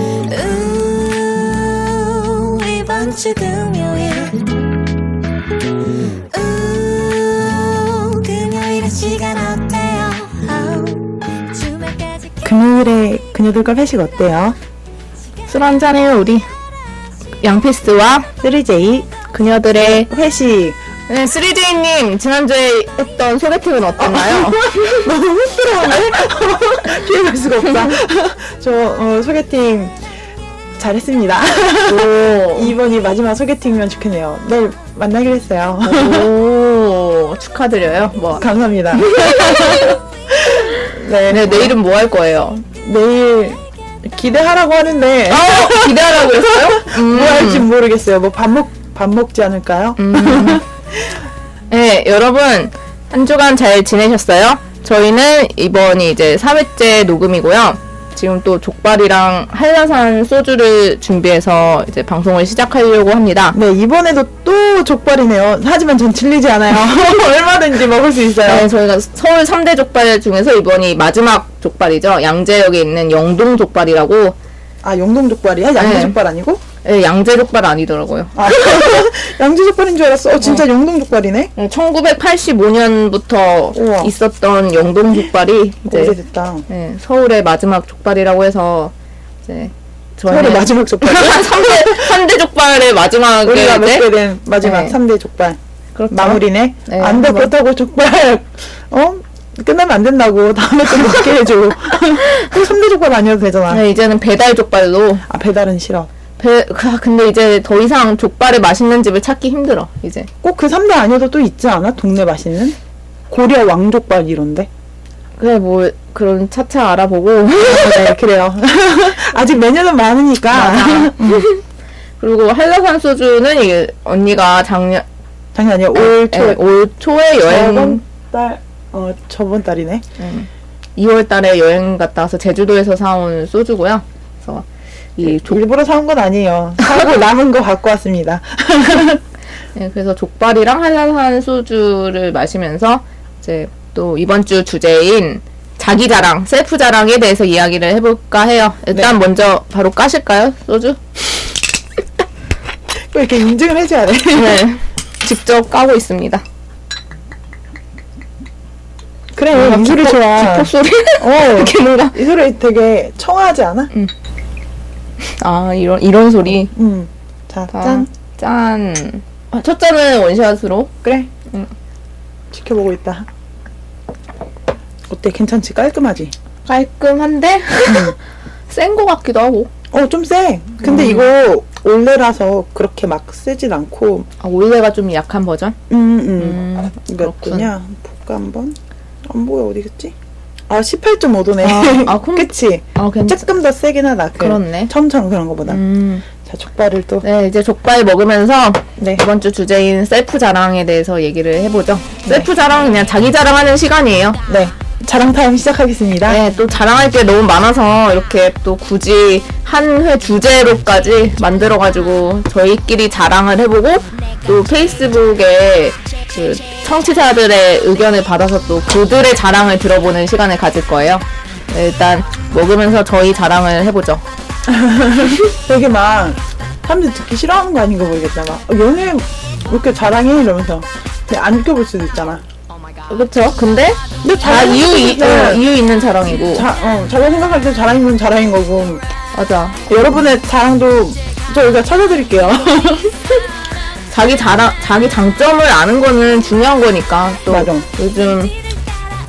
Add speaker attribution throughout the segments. Speaker 1: 음, 없이 금요일 우 음, 금요일의 시간 어때요 아우, 주말까지
Speaker 2: 그-
Speaker 3: 금요일에 그녀들과 회식 어때요? 술 한잔해요 우리
Speaker 2: 양피스와
Speaker 3: 3J
Speaker 2: 그녀들의
Speaker 3: 회식
Speaker 2: 네, 3J님 지난주에 했던 소개팅은 어땠나요?
Speaker 3: 너무 흡들어오네 피해갈 수가 없다 저 어, 소개팅 잘했습니다
Speaker 2: 오,
Speaker 3: 이번이 마지막 소개팅이면 좋겠네요 내일 만나기로 했어요
Speaker 2: 오 축하드려요. 뭐
Speaker 3: 감사합니다 네,
Speaker 2: 네, 내일은 뭐 할 거예요?
Speaker 3: 내일 기대하라고 하는데
Speaker 2: 어, 기대하라고 그랬어요? 음.
Speaker 3: 뭐 할지 모르겠어요 뭐 밥 먹, 밥 먹지 않을까요?
Speaker 2: 음. 네, 여러분 한 주간 잘 지내셨어요? 저희는 이번이 이제 3회째 녹음이고요. 지금 또 족발이랑 한라산 소주를 준비해서 이제 방송을 시작하려고 합니다.
Speaker 3: 네, 이번에도 또 족발이네요. 하지만 전 질리지 않아요. 얼마든지 먹을 수 있어요.
Speaker 2: 네, 저희가 서울 3대 족발 중에서 이번이 마지막 족발이죠. 양재역에 있는 영동 족발이라고.
Speaker 3: 아, 영동 족발이야? 양주
Speaker 2: 네.
Speaker 3: 족발 아니고?
Speaker 2: 예, 양재 족발 아니더라고요.
Speaker 3: 아, 양주 족발인 줄 알았어. 어, 진짜 영동 족발이네?
Speaker 2: 1985년부터
Speaker 3: 우와.
Speaker 2: 있었던 영동 족발이
Speaker 3: 네.
Speaker 2: 이제
Speaker 3: 오래됐다.
Speaker 2: 예, 서울의 마지막 족발이라고 해서 이제
Speaker 3: 서울의
Speaker 2: 저희는
Speaker 3: 마지막 족발.
Speaker 2: 3대, 3대 족발의 마지막에
Speaker 3: 우리가
Speaker 2: 이제
Speaker 3: 먹게 된 마지막
Speaker 2: 네.
Speaker 3: 삼 3대 족발.
Speaker 2: 그렇죠.
Speaker 3: 마무리네?
Speaker 2: 네,
Speaker 3: 안 돼,
Speaker 2: 한번.
Speaker 3: 그렇다고 족발. 어? 끝나면 안 된다고. 다음에 또 먹게 해줘. 또 3대 족발 아니어도 되잖아.
Speaker 2: 네, 이제는 배달 족발로
Speaker 3: 아, 배달은 싫어.
Speaker 2: 배, 아, 근데 이제 더 이상 족발의 맛있는 집을 찾기 힘들어 이제
Speaker 3: 꼭 그 3대 아니어도 또 있지 않아? 동네 맛있는? 고려 왕족발 이런데?
Speaker 2: 그래 뭐 그런 차차 알아보고
Speaker 3: 네, 그래요. 아직 메뉴는 많으니까.
Speaker 2: 음. 그리고 한라산 소주는 이 언니가 작년
Speaker 3: 장난 아니야. 네, 올
Speaker 2: 예,
Speaker 3: 초,
Speaker 2: 올 초에 여행
Speaker 3: 저번 달, 어, 저번 달이네.
Speaker 2: 2월 달에 여행 갔다 와서 제주도에서 사온 소주고요. 그래서 이 족,
Speaker 3: 일부러 사온 건 아니에요. 사고 남은 거 갖고 왔습니다.
Speaker 2: 예, 그래서 족발이랑 한라산 소주를 마시면서 이제 또 이번 주 주제인 자기 자랑, 셀프 자랑에 대해서 이야기를 해볼까 해요. 일단 먼저 바로 까실까요, 소주?
Speaker 3: 꼭 이렇게 인증을 해줘야 돼.
Speaker 2: 네, 직접 까고 있습니다.
Speaker 3: 그래, 이 소리 좋아.
Speaker 2: 기포 소리?
Speaker 3: 뭐 어,
Speaker 2: 이렇게 뭔가
Speaker 3: 이 소리 되게 청아하지 않아?
Speaker 2: 아 이런 이런 소리.
Speaker 3: 음. 자,
Speaker 2: 짠.
Speaker 3: 짠.
Speaker 2: 짠. 아, 첫 잔은 원샷으로.
Speaker 3: 그래. 지켜보고 있다. 어때? 괜찮지? 깔끔하지?
Speaker 2: 깔끔한데? 센 거 같기도 하고.
Speaker 3: 어, 좀 세. 근데 이거 올레라서 그렇게 막 세진 않고,
Speaker 2: 아, 올레가 좀 약한 버전?
Speaker 3: 음, 음.
Speaker 2: 음.
Speaker 3: 몇
Speaker 2: 그렇군.
Speaker 3: 도냐? 볼까 한번? 안 보여 어디겠지? 아 18.5도네.
Speaker 2: 아, 아, 그럼-
Speaker 3: 그치?
Speaker 2: 아, 괜찮
Speaker 3: 조금 더 세긴 하다. 그
Speaker 2: 그렇네.
Speaker 3: 처음처럼 그런 거보다.
Speaker 2: 음.
Speaker 3: 자 족발을 또.
Speaker 2: 네, 이제 족발 먹으면서
Speaker 3: 네.
Speaker 2: 이번 주 주제인 셀프 자랑에 대해서 얘기를 해보죠. 셀프 자랑은 그냥 자기 자랑하는 시간이에요.
Speaker 3: 네. 자랑 타임 시작하겠습니다.
Speaker 2: 네, 또 자랑할 게 너무 많아서 이렇게 또 굳이 한 회 주제로까지 만들어가지고 저희끼리 자랑을 해보고 또 페이스북에 그 청취자들의 의견을 받아서 또 그들의 자랑을 들어보는 시간을 가질 거예요. 네, 일단 먹으면서 저희 자랑을 해보죠.
Speaker 3: 되게 막 사람들 이 듣기 싫어하는 거 아닌가 모르겠다. 막 어, 연애 왜 이렇게 자랑해 이러면서 되게 안 껴볼 수도 있잖아.
Speaker 2: 그렇죠. 근데
Speaker 3: 근데
Speaker 2: 다
Speaker 3: 자기
Speaker 2: 이유 이,
Speaker 3: 생각할
Speaker 2: 어,
Speaker 3: 때
Speaker 2: 이유 있는 자랑이고
Speaker 3: 자, 어, 자기가 생각할 때 자랑인 건 자랑인 거고
Speaker 2: 맞아.
Speaker 3: 여러분의 자랑도 저희가 찾아드릴게요.
Speaker 2: 자기 자랑 자기 장점을 아는 거는 중요한 거니까 또
Speaker 3: 맞아.
Speaker 2: 요즘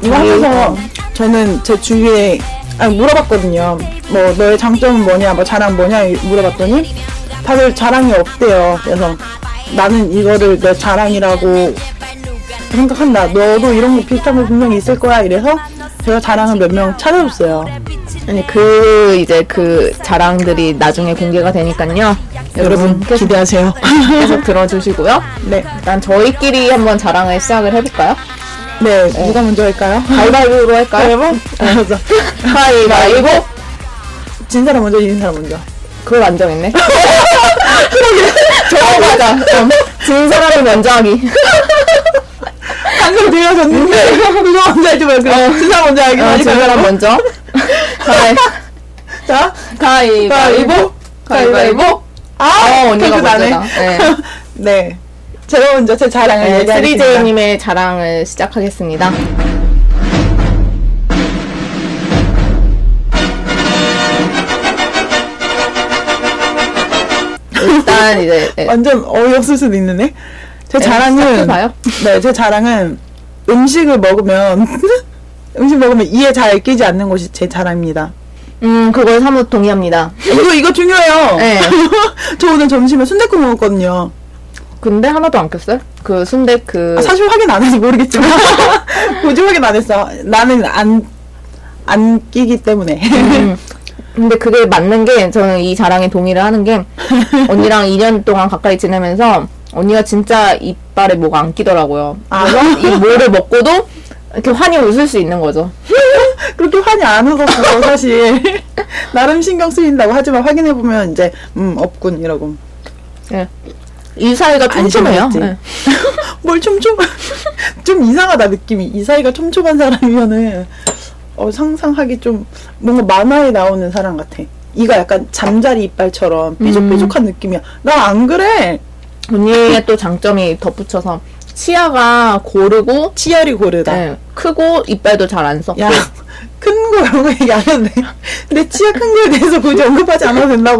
Speaker 3: 이거 뭐 하면서 저는 제 주위에 아, 물어봤거든요. 뭐 너의 장점은 뭐냐, 뭐 자랑 뭐냐 물어봤더니 다들 자랑이 없대요. 그래서 나는 이거를 내 자랑이라고 생각한다. 너도 이런 거 비슷한 거 분명히 있을 거야. 이래서 제가 자랑을 몇 명 찾아줬어요.
Speaker 2: 네, 아니 그 이제 그 자랑들이 나중에 공개가 되니까요. 여러분
Speaker 3: 여러분
Speaker 2: 계속,
Speaker 3: 기대하세요.
Speaker 2: 계속 들어주시고요.
Speaker 3: 네,
Speaker 2: 일단 저희끼리 한번 자랑을 시작을 해볼까요?
Speaker 3: 네 누가 먼저 할까요? 네,
Speaker 2: 가위바위보로 할까요?
Speaker 3: 가위바위보? 알았어. 네.
Speaker 2: 가위바위보?
Speaker 3: 진 사람 먼저, 이긴 사람 먼저.
Speaker 2: 그걸 안 정했네. 저거 맞아. 어, 진 사람이 먼저 하기.
Speaker 3: 방금 들려줬는데 누가 먼저 할지
Speaker 2: 네.
Speaker 3: 말고 진 사람 먼저 하기
Speaker 2: 어, 진 사람
Speaker 3: 아,
Speaker 2: 먼저. 가위,
Speaker 3: 자,
Speaker 2: 가위바위보? 가위바위보?
Speaker 3: 아,
Speaker 2: 어, 언니가
Speaker 3: 기억 나네.
Speaker 2: 먼저다. 네.
Speaker 3: 네. 제가 먼저 제 자랑을
Speaker 2: 네,
Speaker 3: 얘기하겠습니다.
Speaker 2: 3J님의 자랑을 시작하겠습니다. 일단 이제 네,
Speaker 3: 완전 어이없을 수도 있는데. 제
Speaker 2: 네,
Speaker 3: 자랑은
Speaker 2: 시작해봐요.
Speaker 3: 네, 제 자랑은 음식을 먹으면 음식 먹으면 이에 잘 끼지 않는 것이 제 자랑입니다.
Speaker 2: 음 그거에 사뭇 동의합니다.
Speaker 3: 이거 이거 중요해요.
Speaker 2: 네.
Speaker 3: 저 오늘 점심에 순댓국 먹었거든요.
Speaker 2: 근데 하나도 안 꼈어요? 그 순대 그
Speaker 3: 아, 사실 확인 안 해서 모르겠지만 굳이 확인 안 했어. 나는 안, 안 끼기 때문에.
Speaker 2: 음. 근데 그게 맞는 게 저는 이 자랑에 동의를 하는 게 언니랑 2년 동안 가까이 지내면서 언니가 진짜 이빨에 뭐가 안 끼더라고요.
Speaker 3: 아.
Speaker 2: 그래서 이 뭐를 먹고도 이렇게 환히 웃을 수 있는 거죠.
Speaker 3: 그렇게 환이 안 웃었어, 사실. 나름 신경 쓰인다고 하지만 확인해보면 이제, 음, 없군, 이러고.
Speaker 2: 예. 이 사이가 촘촘해요.
Speaker 3: 안
Speaker 2: 예.
Speaker 3: 뭘 촘촘, 좀 이상하다, 느낌이. 이 사이가 촘촘한 사람이면은, 어, 상상하기 좀, 뭔가 만화에 나오는 사람 같아. 이가 약간 잠자리 이빨처럼
Speaker 2: 음.
Speaker 3: 삐죽삐죽한 느낌이야. 나 안 그래!
Speaker 2: 언니의 또 장점이 덧붙여서 치아가 고르고
Speaker 3: 치열이 고르다.
Speaker 2: 예, 크고 이빨도 잘 안 네. 썩고
Speaker 3: 야, 큰 거 이런 거 얘기 안 해도 돼. 내 치아 큰 거에 대해서 굳이 언급하지 않아도 된다고.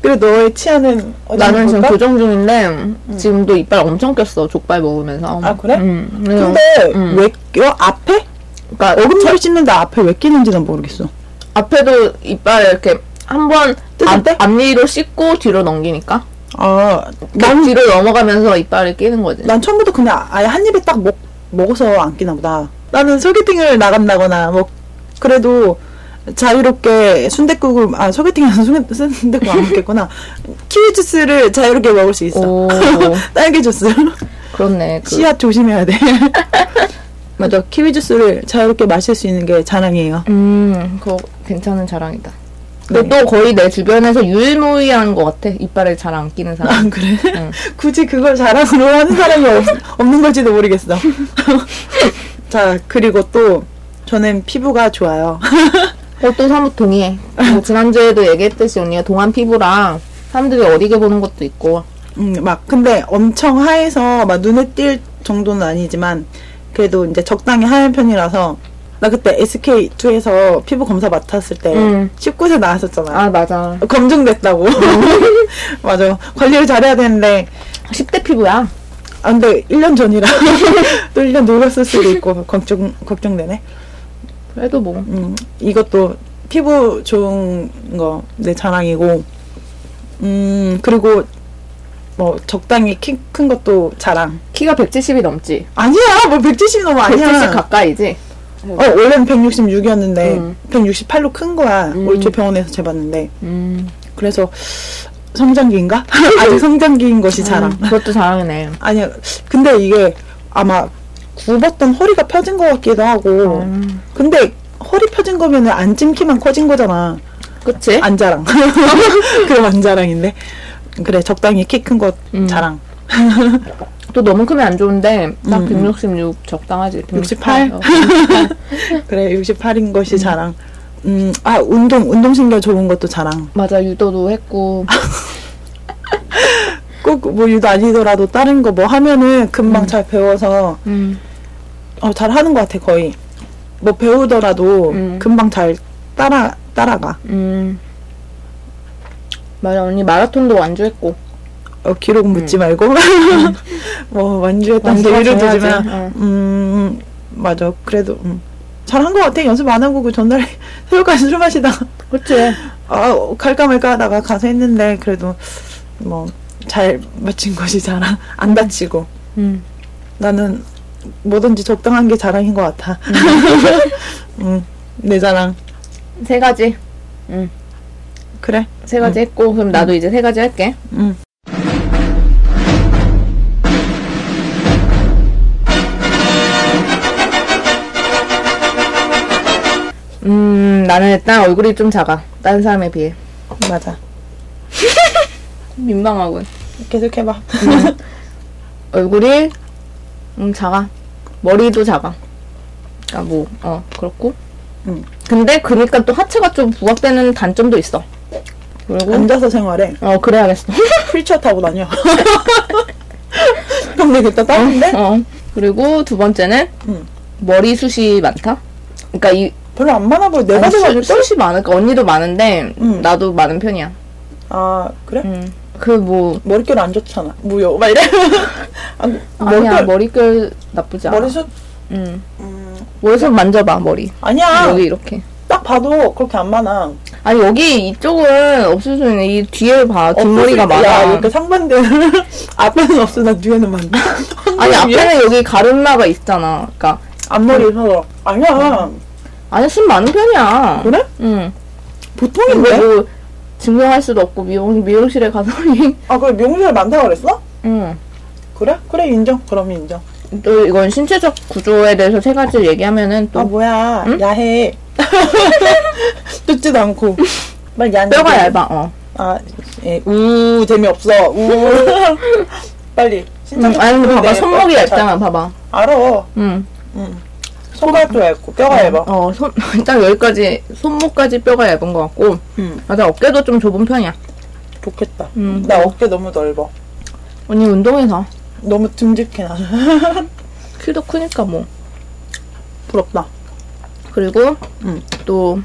Speaker 3: 그래, 너의 치아는 어디
Speaker 2: 나는 지금
Speaker 3: 볼까? 음.
Speaker 2: 교정 중인데 지금도 이빨 엄청 꼈어 족발 먹으면서
Speaker 3: 아, 그래?
Speaker 2: 음, 그래서-
Speaker 3: 근데
Speaker 2: 음.
Speaker 3: 왜 껴? 앞에?
Speaker 2: 그러니까
Speaker 3: 어금니를 씹는데 앞에 왜 끼는지 난 모르겠어.
Speaker 2: 앞에도 이빨 이렇게 한번
Speaker 3: 뜯을 때?
Speaker 2: 앞니로 씹고 뒤로 넘기니까
Speaker 3: 아,
Speaker 2: 난
Speaker 3: 난,
Speaker 2: 뒤로 넘어가면서 이빨을 끼는 거지.
Speaker 3: 난 처음부터 그냥 아예 한 입에 딱 먹, 먹어서 안 끼나 보다. 나는 소개팅을 나간다거나, 뭐, 그래도 자유롭게 순댓국을, 아, 소개팅에서 순댓국 안 먹겠구나. 키위 주스를 자유롭게 먹을 수 있어.
Speaker 2: 오.
Speaker 3: 딸기 주스.
Speaker 2: 그렇네. 그
Speaker 3: 씨앗 조심해야 돼. 맞아. 키위 주스를 자유롭게 마실 수 있는 게 자랑이에요.
Speaker 2: 음, 그거 괜찮은 자랑이다. 근데
Speaker 3: 네.
Speaker 2: 또 거의 내 주변에서 유일무이한 것 같아. 이빨을 잘 안 끼는 사람.
Speaker 3: 아, 그래?
Speaker 2: 응.
Speaker 3: 굳이 그걸 자랑으로 하는 사람이 없, 없는 걸지도 모르겠어. 자, 그리고 또 저는 피부가 좋아요.
Speaker 2: 그것도 사뭇 동의해. 어, 뭐 지난주에도 얘기했듯이 언니가 동안 피부랑 사람들이 어리게 보는 것도 있고.
Speaker 3: 음, 막 근데 엄청 하얘서 막 눈에 띌 정도는 아니지만 그래도 이제 적당히 하얀 편이라서 나 그때 SK2에서 피부 검사 맡았을 때
Speaker 2: 음.
Speaker 3: 19세 나왔었잖아.
Speaker 2: 아, 맞아.
Speaker 3: 검증됐다고. 맞아. 관리를 잘해야 되는데
Speaker 2: 10대 피부야.
Speaker 3: 아, 근데 1년 전이라 또 1년 늙었을 수도 있고 걱정 걱정되네.
Speaker 2: 그래도 뭐.
Speaker 3: 음, 이것도 피부 좋은 거 내 자랑이고. 음, 그리고 뭐 적당히 키, 큰 것도 자랑.
Speaker 2: 키가 170이 넘지.
Speaker 3: 아니야. 뭐 170 너무 아니야.
Speaker 2: 170 가까이지.
Speaker 3: 어, 원래는 166이었는데
Speaker 2: 음.
Speaker 3: 168로 큰 거야. 올초 병원에서 재봤는데.
Speaker 2: 음.
Speaker 3: 그래서 성장기인가? 아직 성장기인 것이 자랑.
Speaker 2: 음, 그것도 자랑이네.
Speaker 3: 아니야. 근데 이게 아마 굽었던 허리가 펴진 것 같기도 하고.
Speaker 2: 음.
Speaker 3: 근데 허리 펴진 거면은 안찜기만 커진 거잖아.
Speaker 2: 그치?
Speaker 3: 안 자랑. 그럼 안 자랑인데. 그래 적당히 키 큰 거
Speaker 2: 음.
Speaker 3: 자랑.
Speaker 2: 또 너무 크면 안 좋은데 딱
Speaker 3: 음,
Speaker 2: 166 적당하지.
Speaker 3: 68?
Speaker 2: 168? 어.
Speaker 3: 그래 68인 것이 자랑. 음, 아 운동 운동 신경 좋은 것도 자랑.
Speaker 2: 맞아 유도도 했고
Speaker 3: 꼭 뭐 유도 아니더라도 다른 거 뭐 하면은 금방 잘 배워서
Speaker 2: 음.
Speaker 3: 어, 잘 하는 것 같아 거의. 뭐 배우더라도
Speaker 2: 음.
Speaker 3: 금방 잘 따라 따라가.
Speaker 2: 음. 맞아 언니 마라톤도 완주했고
Speaker 3: 어, 기록 묻지 말고 뭐 완주했던
Speaker 2: 완주가
Speaker 3: 기회를
Speaker 2: 중요하지.
Speaker 3: 주지만
Speaker 2: 응.
Speaker 3: 음 맞아 그래도 음. 잘한 것 같아 연습 안 하고 그 전날에 새벽까지 술 마시다
Speaker 2: 그치
Speaker 3: 아 어, 갈까 말까 하다가 가서 했는데 그래도 뭐 잘 마친 것이 자랑 안 다치고
Speaker 2: 음.
Speaker 3: 나는 뭐든지 적당한 게 자랑인 것 같아 음내 자랑
Speaker 2: 세 가지 음,
Speaker 3: 그래
Speaker 2: 세 가지 했고 그럼 나도 이제 세 가지 할게
Speaker 3: 음
Speaker 2: 음 나는 일단 얼굴이 좀 작아 다른 사람에 비해
Speaker 3: 맞아
Speaker 2: 민망하군
Speaker 3: 계속 해봐
Speaker 2: 얼굴이 음 작아 머리도 작아 그러니까 뭐어 그렇고
Speaker 3: 음.
Speaker 2: 근데 그러니까 또 하체가 좀 부각되는 단점도 있어 그리고
Speaker 3: 앉아서 생활해.
Speaker 2: 어 그래야겠어.
Speaker 3: 휠체어 타고 다녀. 근데 그때 따는데
Speaker 2: 어 그리고 두 번째는
Speaker 3: 음.
Speaker 2: 머리숱이 많다. 그러니까 이
Speaker 3: 별로 안 많아 보여. 내가
Speaker 2: 아니, 숱-
Speaker 3: 생각할 때.
Speaker 2: 숱이 많을까 언니도 많은데
Speaker 3: 음.
Speaker 2: 나도 많은 편이야.
Speaker 3: 아 그래?
Speaker 2: 음. 그뭐
Speaker 3: 머릿결 안 좋잖아. 무효. 막 이래. 아,
Speaker 2: 아니야
Speaker 3: 머릿결
Speaker 2: 머릿결 나쁘지 않아.
Speaker 3: 머리숱
Speaker 2: 음.
Speaker 3: 음,
Speaker 2: 머리숱 만져봐 머리.
Speaker 3: 아니야.
Speaker 2: 여기 이렇게.
Speaker 3: 딱 봐도 그렇게 안 많아.
Speaker 2: 아니 여기 이쪽은 없을 수 있는 이 뒤에 봐 뒷머리가
Speaker 3: 없을 때- 야,
Speaker 2: 많아.
Speaker 3: 이렇게 상반대는 앞에는 없으나 뒤에는 많네.
Speaker 2: 아니 앞에는 여기 가름나가 있잖아. 그러니까
Speaker 3: 앞머리 있어서 아니야.
Speaker 2: 음. 아니 숱 많은 편이야.
Speaker 3: 그래?
Speaker 2: 응.
Speaker 3: 보통인데?
Speaker 2: 그리고 증명할 수도 없고 미용 미용실에 가더니
Speaker 3: 아 그래 미용실 많다고 그랬어?
Speaker 2: 응.
Speaker 3: 그래? 그래 인정. 그럼 인정.
Speaker 2: 또 이건 신체적 구조에 대해서 세 가지를 얘기하면은 또
Speaker 3: 아 뭐야 야해. 뜯지도 않고. 말 얀.
Speaker 2: 뼈가 얇아. 어.
Speaker 3: 아, 예, 우 재미없어. 우 빨리.
Speaker 2: 응, 음, 아니 근데 봐봐 손목이 얇잖아. 봐봐.
Speaker 3: 알아.
Speaker 2: 응.
Speaker 3: 손가락도 얇고 뼈가 얇아.
Speaker 2: 어, 손, 딱 여기까지, 손목까지 뼈가 얇은 것 같고,
Speaker 3: 응.
Speaker 2: 맞아, 어깨도 좀 좁은 편이야.
Speaker 3: 좋겠다.
Speaker 2: 음.
Speaker 3: 나 어깨 너무 넓어.
Speaker 2: 언니 운동해서.
Speaker 3: 너무 듬직해 나.
Speaker 2: 키도 크니까 뭐.
Speaker 3: 부럽다.
Speaker 2: 그리고,
Speaker 3: 음.
Speaker 2: 또,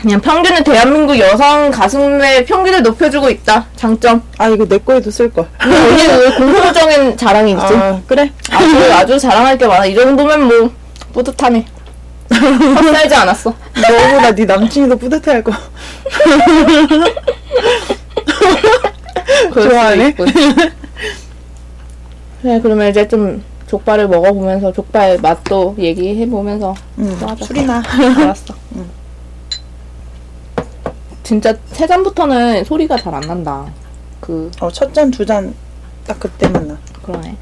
Speaker 2: 그냥 평균은 대한민국 여성 가슴의 평균을 높여주고 있다. 장점.
Speaker 3: 아 이거 내 거에도 쓸 걸.
Speaker 2: 언니는 공포적인 자랑이 있지.
Speaker 3: 아 그래?
Speaker 2: 아주, 아주 자랑할 게 많아. 이 정도면 뭐, 뿌듯하네. 헛살지 않았어.
Speaker 3: 너보다 네 남친이 더 뿌듯해할 거.
Speaker 2: 그럴
Speaker 3: 좋아하네.
Speaker 2: 수도 있고. 네, 그래, 그러면 이제 좀 족발을 먹어보면서 족발 맛도 얘기해보면서
Speaker 3: 응.
Speaker 2: 또 하자.
Speaker 3: 술이나.
Speaker 2: 알았어. 진짜 세 잔부터는 소리가 잘 안 난다. 그
Speaker 3: 어 첫 잔 두 잔 딱 그때만 나.
Speaker 2: 그러네.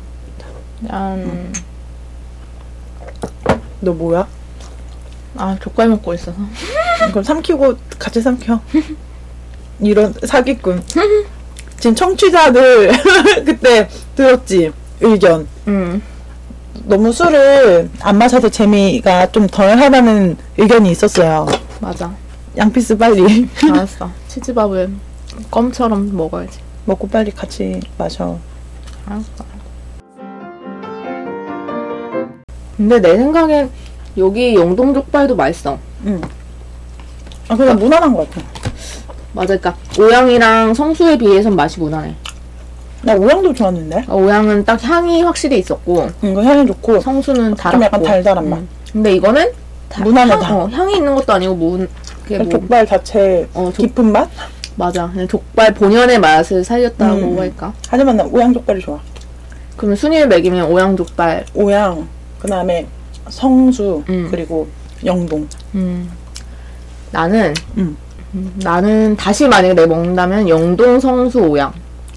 Speaker 2: 짠.
Speaker 3: 너 뭐야?
Speaker 2: 아 족발 먹고 있어서.
Speaker 3: 그럼 삼키고 같이 삼켜. 이런 사기꾼. 지금 청취자들 그때 들었지 의견.
Speaker 2: 음.
Speaker 3: 너무 술을 안 마셔서 재미가 좀 덜하다는 의견이 있었어요.
Speaker 2: 맞아.
Speaker 3: 양피스 빨리
Speaker 2: 알았어. 치즈밥을 껌처럼 먹어야지.
Speaker 3: 먹고 빨리 같이 마셔.
Speaker 2: 알았어. 근데 내 생각엔 여기 영동 족발도 맛있어.
Speaker 3: 아 그냥 무난한 것 같아.
Speaker 2: 맞아, 그러니까 오양이랑 성수에 비해선 맛이 무난해.
Speaker 3: 나 오양도 좋았는데.
Speaker 2: 어, 오양은 딱 향이 확실히 있었고
Speaker 3: 이거 향이 좋고
Speaker 2: 성수는 달았고.
Speaker 3: 좀 약간 달달한 맛.
Speaker 2: 음. 근데 이거는 다-
Speaker 3: 무난하다.
Speaker 2: 향, 어, 향이 있는 것도 아니고 무, 그게 뭐
Speaker 3: 족발 자체
Speaker 2: 어, 족-
Speaker 3: 깊은 맛.
Speaker 2: 맞아. 그냥 족발 본연의 맛을 살렸다고
Speaker 3: 음.
Speaker 2: 할까.
Speaker 3: 하지만 난 오양 족발이 좋아.
Speaker 2: 그러면 순위를 매기면 오양 족발.
Speaker 3: 오양 그다음에 성수
Speaker 2: 음.
Speaker 3: 그리고 영동.
Speaker 2: 음. 나는
Speaker 3: 음.
Speaker 2: 음, 나는 다시 만약에 내가 먹는다면 영동 성수 오양.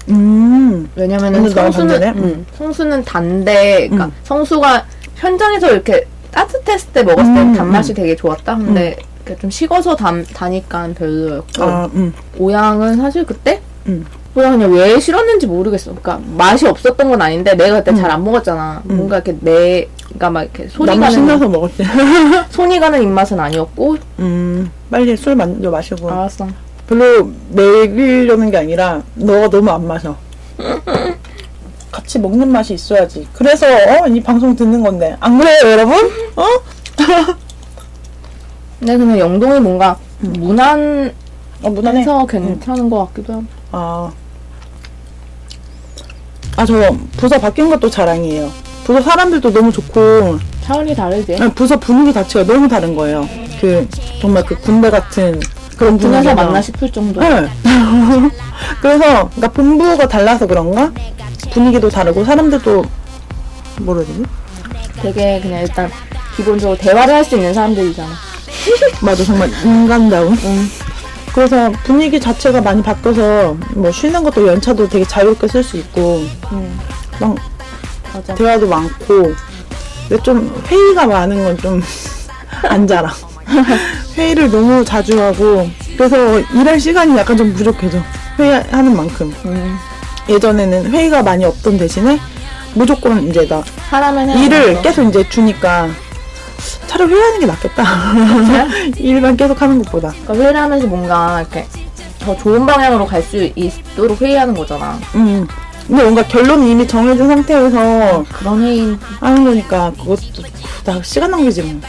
Speaker 3: 음.
Speaker 2: 왜냐면은
Speaker 3: 오늘 너무
Speaker 2: 성수는
Speaker 3: 단데네?
Speaker 2: 음, 성수는 단데, 그러니까
Speaker 3: 음.
Speaker 2: 성수가 현장에서 이렇게 따뜻했을 때 먹었을 때
Speaker 3: 음,
Speaker 2: 단맛이 되게 좋았다. 근데 이렇게 좀 식어서 단, 다니까 별로였고
Speaker 3: 아 음.
Speaker 2: 오양은 사실 그때
Speaker 3: 음.
Speaker 2: 뭐야 그냥 왜 싫었는지 모르겠어. 그러니까 맛이 없었던 건 아닌데 내가
Speaker 3: 음.
Speaker 2: 그때 잘 안 먹었잖아. 뭔가 이렇게 내가 그러니까 막 이렇게 손이
Speaker 3: 너무
Speaker 2: 가는
Speaker 3: 신나서 먹을 때.
Speaker 2: 손이 가는 입맛은 아니었고
Speaker 3: 음. 빨리 술 먼저 마시고.
Speaker 2: 알았어.
Speaker 3: 별로 먹이려는 게 아니라 너가 너무 안 마셔. 같이 먹는 맛이 있어야지. 그래서 어, 이 방송 듣는 건데 안 그래요, 여러분? 어?
Speaker 2: 근데 그냥 영동이 뭔가 무난해서
Speaker 3: 어 음. 무난해.
Speaker 2: 괜찮은 것 같기도 하고.
Speaker 3: 아, 아저 부서 바뀐 것도 자랑이에요. 부서 사람들도 너무 좋고
Speaker 2: 차원이 다르지. 음.
Speaker 3: 아니, 부서 분위기 자체가 너무 다른 거예요. 그 정말 그 군대 같은 그런
Speaker 2: 분해서
Speaker 3: 분위기가.
Speaker 2: 만나 싶을 정도.
Speaker 3: 네. 그래서 그러니까 본부가 달라서 그런가 분위기도 다르고 사람들도 뭐라 해야 되지?
Speaker 2: 되게 그냥 일단 기본적으로 대화를 할 수 있는 사람들이잖아.
Speaker 3: 맞아 정말 인간다운 그래서 분위기 자체가 많이 바뀌어서 뭐 쉬는 것도 연차도 되게 자유롭게 쓸 수 있고 음,
Speaker 2: 응.
Speaker 3: 막
Speaker 2: 맞아.
Speaker 3: 대화도 많고 근데 좀 회의가 많은 건 좀 안 자라 회의를 너무 자주 하고 그래서 일할 시간이 약간 좀 부족해져 회의하는 만큼
Speaker 2: 음.
Speaker 3: 예전에는 회의가 많이 없던 대신에 무조건 이제 나
Speaker 2: 하라면 해야
Speaker 3: 일을
Speaker 2: 되는 거.
Speaker 3: 계속 이제 주니까 차라리 회의하는 게 낫겠다 일만 계속 하는 것보다
Speaker 2: 그러니까 회의를 하면서 뭔가 이렇게 더 좋은 방향으로 갈 수 있도록 회의하는 거잖아.
Speaker 3: 음. 근데 뭔가 결론이 이미 정해진 상태에서
Speaker 2: 아, 그런 회의
Speaker 3: 하는 거니까 그것도 다 시간 낭비지 뭐.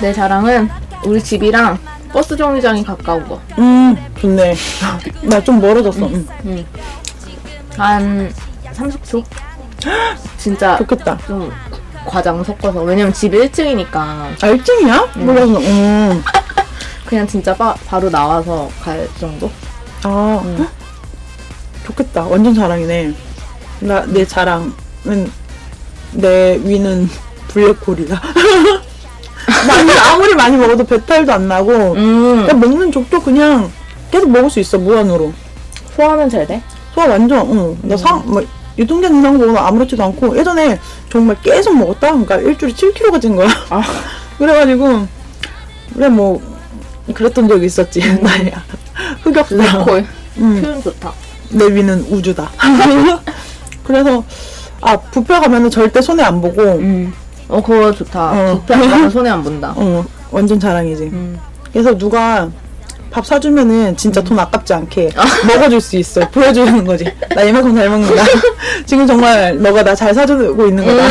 Speaker 2: 내 자랑은 우리 집이랑 버스 정류장이 가까운 거.
Speaker 3: 음, 좋네. 나 좀 멀어졌어. 음,
Speaker 2: 한 30초? 진짜
Speaker 3: 좋겠다.
Speaker 2: 좀 과장 섞어서 왜냐면 집이 1층이니까
Speaker 3: 아, 1층이야? 몰라서. 음.
Speaker 2: 그냥 진짜 바, 바로 나와서 갈 정도?
Speaker 3: 아, 헉? 좋겠다. 완전 자랑이네. 나, 내 자랑은, 내 위는 블랙홀이다. 나는 아무리 많이 먹어도 배탈도 안 나고,
Speaker 2: 음
Speaker 3: 그냥 먹는 족도 그냥 계속 먹을 수 있어, 무한으로.
Speaker 2: 소화는 잘 돼?
Speaker 3: 소화 완전, 응. 나 상, 뭐, 유통기한 이상 먹으면 아무렇지도 않고, 예전에 정말 계속 먹었다? 그러니까 일주일에 7kg가 찐 거야. 그래가지고, 그래, 뭐, 그랬던 적이 있었지, 나야. 흑역사.
Speaker 2: 콜
Speaker 3: 음.
Speaker 2: 표현 좋다
Speaker 3: 내 위는 우주다. 그래서 아 부페 가면은 절대 손해 안 보고
Speaker 2: 음어 그거 좋다
Speaker 3: 어.
Speaker 2: 뷔페는 손에 안 본다
Speaker 3: 어 완전 자랑이지.
Speaker 2: 음.
Speaker 3: 그래서 누가 밥 사주면은 진짜 돈 아깝지 않게
Speaker 2: 음.
Speaker 3: 먹어줄 수 있어. 보여주는 거지. 나 이만큼 잘 먹는다. 지금 정말 너가 나 잘 사주고 있는 거다.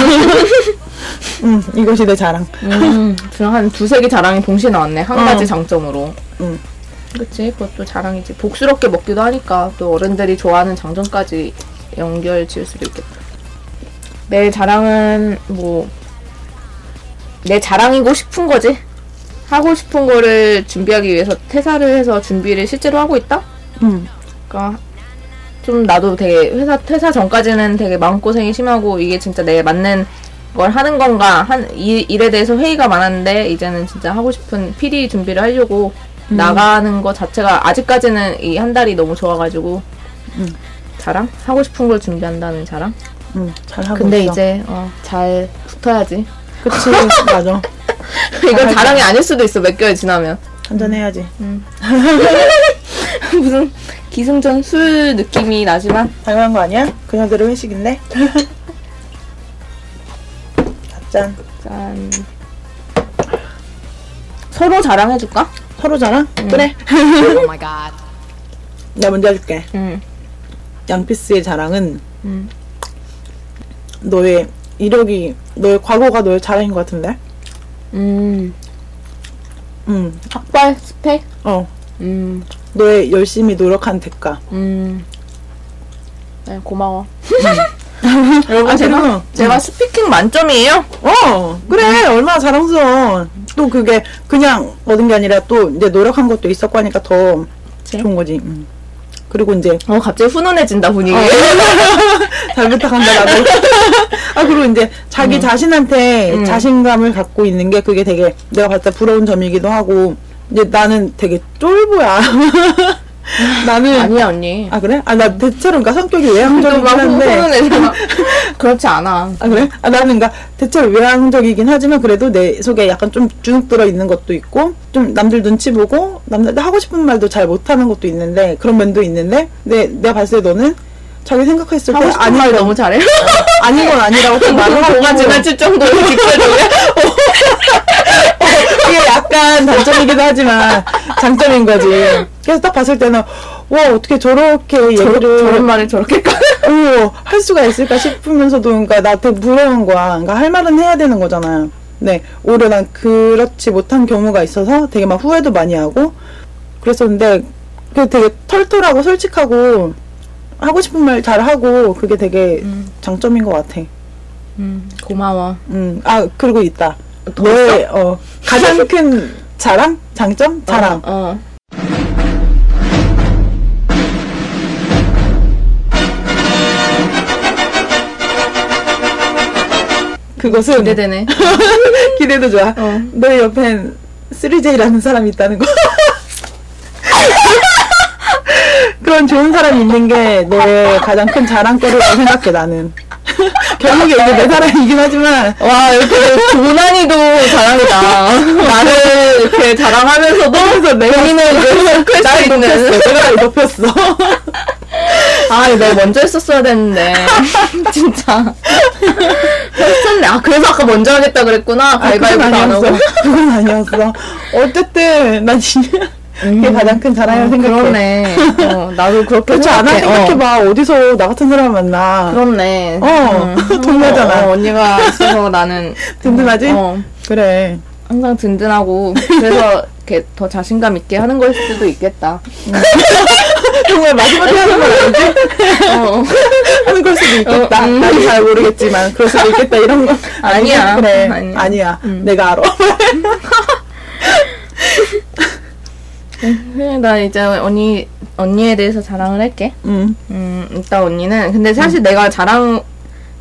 Speaker 3: 음 이것이 내 자랑.
Speaker 2: 음, 지금 한 두세 개 자랑이 동시에 나왔네 한
Speaker 3: 어.
Speaker 2: 가지 장점으로
Speaker 3: 음.
Speaker 2: 그치 그것도 자랑이지 복스럽게 먹기도 하니까 또 어른들이 좋아하는 장점까지 연결 지을 수도 있겠다 내 자랑은 뭐 내 자랑이고 싶은 거지 하고 싶은 거를 준비하기 위해서 퇴사를 해서 준비를 실제로 하고 있다
Speaker 3: 음
Speaker 2: 그러니까 좀 나도 되게 회사 퇴사 전까지는 되게 마음고생이 심하고 이게 진짜 내 맞는 걸 하는 건가 한 이, 일에 대해서 회의가 많았는데 이제는 진짜 하고 싶은 PD 준비를 하려고 나가는 거 자체가 아직까지는 이 한 달이 너무 좋아가지고
Speaker 3: 음.
Speaker 2: 자랑 하고 싶은 걸 준비한다는 자랑
Speaker 3: 음, 잘 하고
Speaker 2: 근데
Speaker 3: 있어.
Speaker 2: 이제 어, 잘 붙어야지
Speaker 3: 그치 맞아
Speaker 2: 이건 자랑이 아닐 수도 있어 몇 개월 지나면
Speaker 3: 한잔 해야지.
Speaker 2: 무슨 기승전 술 느낌이 나지만
Speaker 3: 당연한 거 아니야? 그녀들의 회식인데. 짠
Speaker 2: 짠. 서로 자랑해줄까?
Speaker 3: 서로 자랑?
Speaker 2: 음.
Speaker 3: 그래.
Speaker 4: oh my god.
Speaker 3: 나 먼저 해줄게.
Speaker 2: 응.
Speaker 3: 양피스의 자랑은
Speaker 2: 음.
Speaker 3: 너의 이력이 너의 과거가 너의 자랑인 것 같은데.
Speaker 2: 음.
Speaker 3: 음.
Speaker 2: 닭발 스펙?
Speaker 3: 어.
Speaker 2: 음.
Speaker 3: 너의 열심히 노력한 대가.
Speaker 2: 음. 네, 고마워.
Speaker 3: 여러분
Speaker 2: 아, 제가, 제가 스피킹 만점이에요?
Speaker 3: 어 그래 얼마나 자랑스러워. 또 그게 그냥 얻은 게 아니라 또 이제 노력한 것도 있었고 하니까 더
Speaker 2: 그치?
Speaker 3: 좋은 거지. 음. 그리고 이제
Speaker 2: 어, 갑자기 어, 훈훈해진다, 분위기.
Speaker 3: 잘 부탁한다 나도. 아 그리고 이제 자기 자신한테
Speaker 2: 음.
Speaker 3: 자신감을 갖고 있는 게 그게 되게 내가 봤을 때 부러운 점이기도 하고 이제 나는 되게 쫄보야. 나는
Speaker 2: 아니야, 언니.
Speaker 3: 아 그래? 아 나 대체로 그러니까 성격이 외향적이긴
Speaker 2: 또막
Speaker 3: 한데
Speaker 2: 훈훈해져. 아, 그렇지 않아.
Speaker 3: 아 그래? 아 나는 그러니까 대체로 외향적이긴 하지만 그래도 내 속에 약간 좀 주눅 들어 있는 것도 있고 좀 남들 눈치 보고 남들 하고 싶은 말도 잘 못하는 것도 있는데 그런 면도 있는데 근데 내가 봤을 때 너는 자기 생각했을 때
Speaker 2: 하고 싶은
Speaker 3: 아닌
Speaker 2: 말
Speaker 3: 건-
Speaker 2: 너무 잘해.
Speaker 3: 아닌 건 아니라고 딱 말을 하고
Speaker 2: 뭐가 지나칠 정도로 직설적이야.
Speaker 3: 그게 약간 단점이기도 하지만 장점인 거지. 그래서 딱 봤을 때는 와 어떻게 저렇게
Speaker 2: 저런, 저런
Speaker 3: 얘기를
Speaker 2: 말을 저렇게까지.
Speaker 3: 어, 할 수가 있을까 싶으면서도 그러니까 나한테 부러운 거야. 그러니까 할 말은 해야 되는 거잖아. 네, 오히려 난 그렇지 못한 경우가 있어서 되게 막 후회도 많이 하고 그랬었는데 그 되게 털털하고 솔직하고 하고 싶은 말 잘 하고 그게 되게 장점인 것 같아.
Speaker 2: 음, 고마워.
Speaker 3: 음, 아 그리고 있다.
Speaker 2: 더
Speaker 3: 너의 어, 가장 큰 자랑, 장점, 자랑.
Speaker 2: 어.
Speaker 3: 그것은
Speaker 2: 기대되네.
Speaker 3: 기대도 좋아.
Speaker 2: 어.
Speaker 3: 너의 옆엔 3J라는 사람이 있다는 거. 그런 좋은 사람이 있는 게 너의 가장 큰 자랑거리라고 생각해 나는. 결국에 이게 내 사랑이긴 하지만
Speaker 2: 와 이렇게 고난이도 자랑이다. 나를 이렇게 자랑하면서도 본인을 이제 섞을 수 있는.
Speaker 3: 내가 날 높였어.
Speaker 2: 아 내가 먼저 했었어야 됐는데 진짜 했었네. 아 그래서 아까 먼저 하겠다 그랬구나.
Speaker 3: 아, 그건
Speaker 2: 가위바위보 안 하고.
Speaker 3: 아니었어. 그건 아니었어. 어쨌든 난 진짜 그게 가장 큰 자랑이라고 생각해.
Speaker 2: 음. 그러네. 어, 나도 그렇게
Speaker 3: 그렇지 않아
Speaker 2: 생각해. 어.
Speaker 3: 생각해봐. 어. 디서나 같은 사람 만나.
Speaker 2: 그렇네.
Speaker 3: 어, 동료잖아.
Speaker 2: 어, 어, 언니가 있어서 나는
Speaker 3: 든든하지?
Speaker 2: 어,
Speaker 3: 그래.
Speaker 2: 항상 든든하고 그래서 이렇게 더 자신감 있게 하는 걸 수도 있겠다.
Speaker 3: 정말 마지막에 하는 건 아니지?
Speaker 2: 어, 어.
Speaker 3: 하는 걸 수도 있겠다.
Speaker 2: 어, 음.
Speaker 3: 나도 잘 모르겠지만 그럴 수도 있겠다 이런 거.
Speaker 2: 아니야.
Speaker 3: 그래.
Speaker 2: 아니야. 음.
Speaker 3: 아니야. 내가 알아.
Speaker 2: 그래, 나 이제 언니 언니에 대해서 자랑을 할게.
Speaker 3: 음.
Speaker 2: 음, 일단 언니는 근데 사실 내가 자랑으로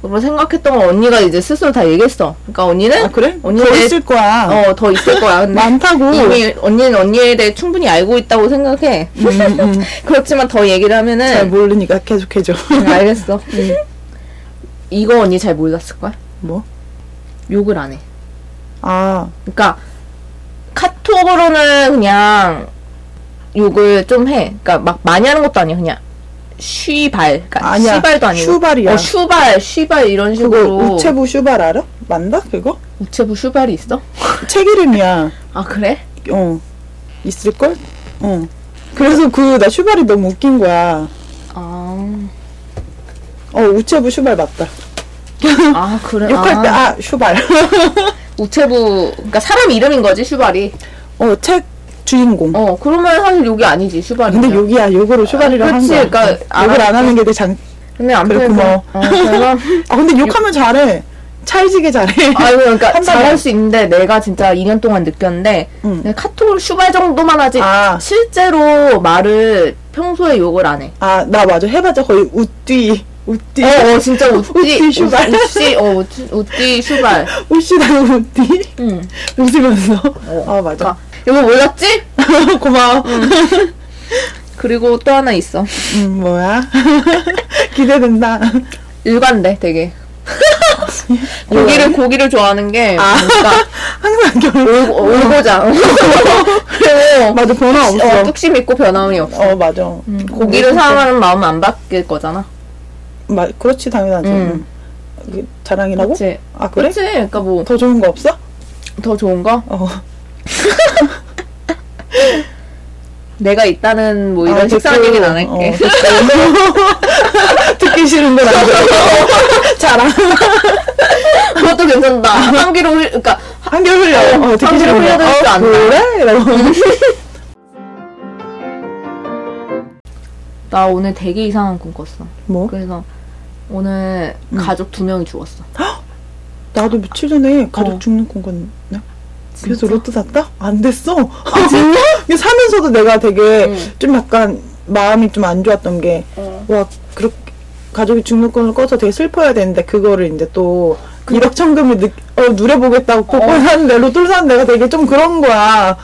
Speaker 2: 생각했던 건 언니가 이제 스스로 다 얘기했어. 그러니까 언니는
Speaker 3: 아 그래?
Speaker 2: 언니에
Speaker 3: 더
Speaker 2: 대해
Speaker 3: 있을 거야.
Speaker 2: 어, 더 있을 거야. 근데
Speaker 3: 많다고.
Speaker 2: 이미 언니는 언니에 대해 충분히 알고 있다고 생각해.
Speaker 3: 음, 음.
Speaker 2: 그렇지만 더 얘기를 하면은
Speaker 3: 잘 모르니까 계속해줘.
Speaker 2: 응, 알겠어. 음. 이거 언니 잘 몰랐을 거야.
Speaker 3: 뭐?
Speaker 2: 욕을 안 해.
Speaker 3: 아,
Speaker 2: 그러니까 카톡으로는 그냥 욕을 좀 해. 그러니까 막 많이 하는 것도 아니야. 그냥 쉬발. 그러니까
Speaker 3: 아니야.
Speaker 2: 씨발도 아니고.
Speaker 3: 슈발이야.
Speaker 2: 어, 슈발, 쉬발 이런
Speaker 3: 그거
Speaker 2: 식으로.
Speaker 3: 우체부 슈발 알아? 맞나? 그거?
Speaker 2: 우체부 슈발이 있어?
Speaker 3: 책 이름이야.
Speaker 2: 아 그래?
Speaker 3: 어. 있을걸? 어. 그래서 그 나 슈발이 너무 웃긴 거야.
Speaker 2: 아,
Speaker 3: 어, 우체부 슈발 맞다.
Speaker 2: 아 그래.
Speaker 3: 욕할
Speaker 2: 아,
Speaker 3: 때 아, 슈발.
Speaker 2: 우체부. 그러니까 사람 이름인 거지 슈발이.
Speaker 3: 어, 책 주인공.
Speaker 2: 어 그러면 사실 욕이 아니지 슈발이.
Speaker 3: 근데 욕이야. 욕으로 슈발이라
Speaker 2: 그치,
Speaker 3: 한 거야.
Speaker 2: 그러니까
Speaker 3: 어. 욕을
Speaker 2: 알았어.
Speaker 3: 안 하는 게 내 장.
Speaker 2: 근데 아무튼
Speaker 3: 그래, 고마워.
Speaker 2: 어, 그래서
Speaker 3: 아, 근데 욕하면 잘해. 찰지게 잘해.
Speaker 2: 아니 그러니까
Speaker 3: 한
Speaker 2: 잘할
Speaker 3: 달에.
Speaker 2: 수 있는데 내가 진짜 2년 동안 느꼈는데
Speaker 3: 응.
Speaker 2: 내가 카톡으로 슈발 정도만 하지
Speaker 3: 아.
Speaker 2: 실제로 말을 평소에 욕을 안 해.
Speaker 3: 아, 나 맞아. 해봤자 거의 우띠. 우띠.
Speaker 2: 어, 어 진짜 웃지
Speaker 3: 웃지, 슈발.
Speaker 2: 웃지 어 웃지, 웃지 슈발.
Speaker 3: 웃시다고 웃띠.
Speaker 2: 응.
Speaker 3: 웃으면서.
Speaker 2: 어.
Speaker 3: 아, 맞아.
Speaker 2: 그러니까 이거 몰랐지?
Speaker 3: 고마워.
Speaker 2: 그리고 또 하나 있어.
Speaker 3: 음, 뭐야? 기대된다.
Speaker 2: 일관돼 되게. 고기를 고기를 좋아하는 게 어, 그러니까
Speaker 3: 항상 결혼.
Speaker 2: 올- 올고자. 그리고
Speaker 3: 맞아, 변화 없어.
Speaker 2: 어, 뚝심 있고 변함이 없어.
Speaker 3: 어, 맞아.
Speaker 2: 음, 고기를 사랑하는 마음은 안 바뀔 거잖아.
Speaker 3: 마, 그렇지, 당연하지.
Speaker 2: 음.
Speaker 3: 음. 자랑이라고?
Speaker 2: 그렇지.
Speaker 3: 아, 그래?
Speaker 2: 그렇지. 그러니까 뭐 더
Speaker 3: 더 좋은 거 없어?
Speaker 2: 좋은 거?
Speaker 3: 어.
Speaker 2: 내가 있다는 뭐 이런
Speaker 3: 아,
Speaker 2: 식상한
Speaker 3: 됐고.
Speaker 2: 얘기는 안 할게.
Speaker 3: 어, 됐고. 듣기 싫은 건 아니고. 자랑.
Speaker 2: 그것도 괜찮다. 한기로 흘, 그러니까
Speaker 3: 한결 흘려. 어, 듣기
Speaker 2: 한결
Speaker 3: 싫은 거.
Speaker 2: 흘려도
Speaker 3: 어,
Speaker 2: 안 나.
Speaker 3: 그래? 이러고.
Speaker 2: 나 오늘 되게 이상한 꿈 꿨어.
Speaker 3: 뭐?
Speaker 2: 그래서 오늘 가족 두 명이 죽었어.
Speaker 3: 나도 며칠 전에 가족
Speaker 2: 어.
Speaker 3: 죽는 꿈 꿨네.
Speaker 2: 진짜?
Speaker 3: 그래서 로또 샀다? 안 됐어. 아, 진짜? 사면서도 내가 되게
Speaker 2: 응.
Speaker 3: 좀 약간 마음이 좀 안 좋았던 게,
Speaker 2: 어.
Speaker 3: 와, 그렇게 가족이 죽는 꿈을 꿔서 되게 슬퍼야 되는데, 그거를 이제 또, 1억 천금을 느, 어, 누려보겠다고 복권 사는데, 로또를 사는데 내가 되게 좀 그런 거야.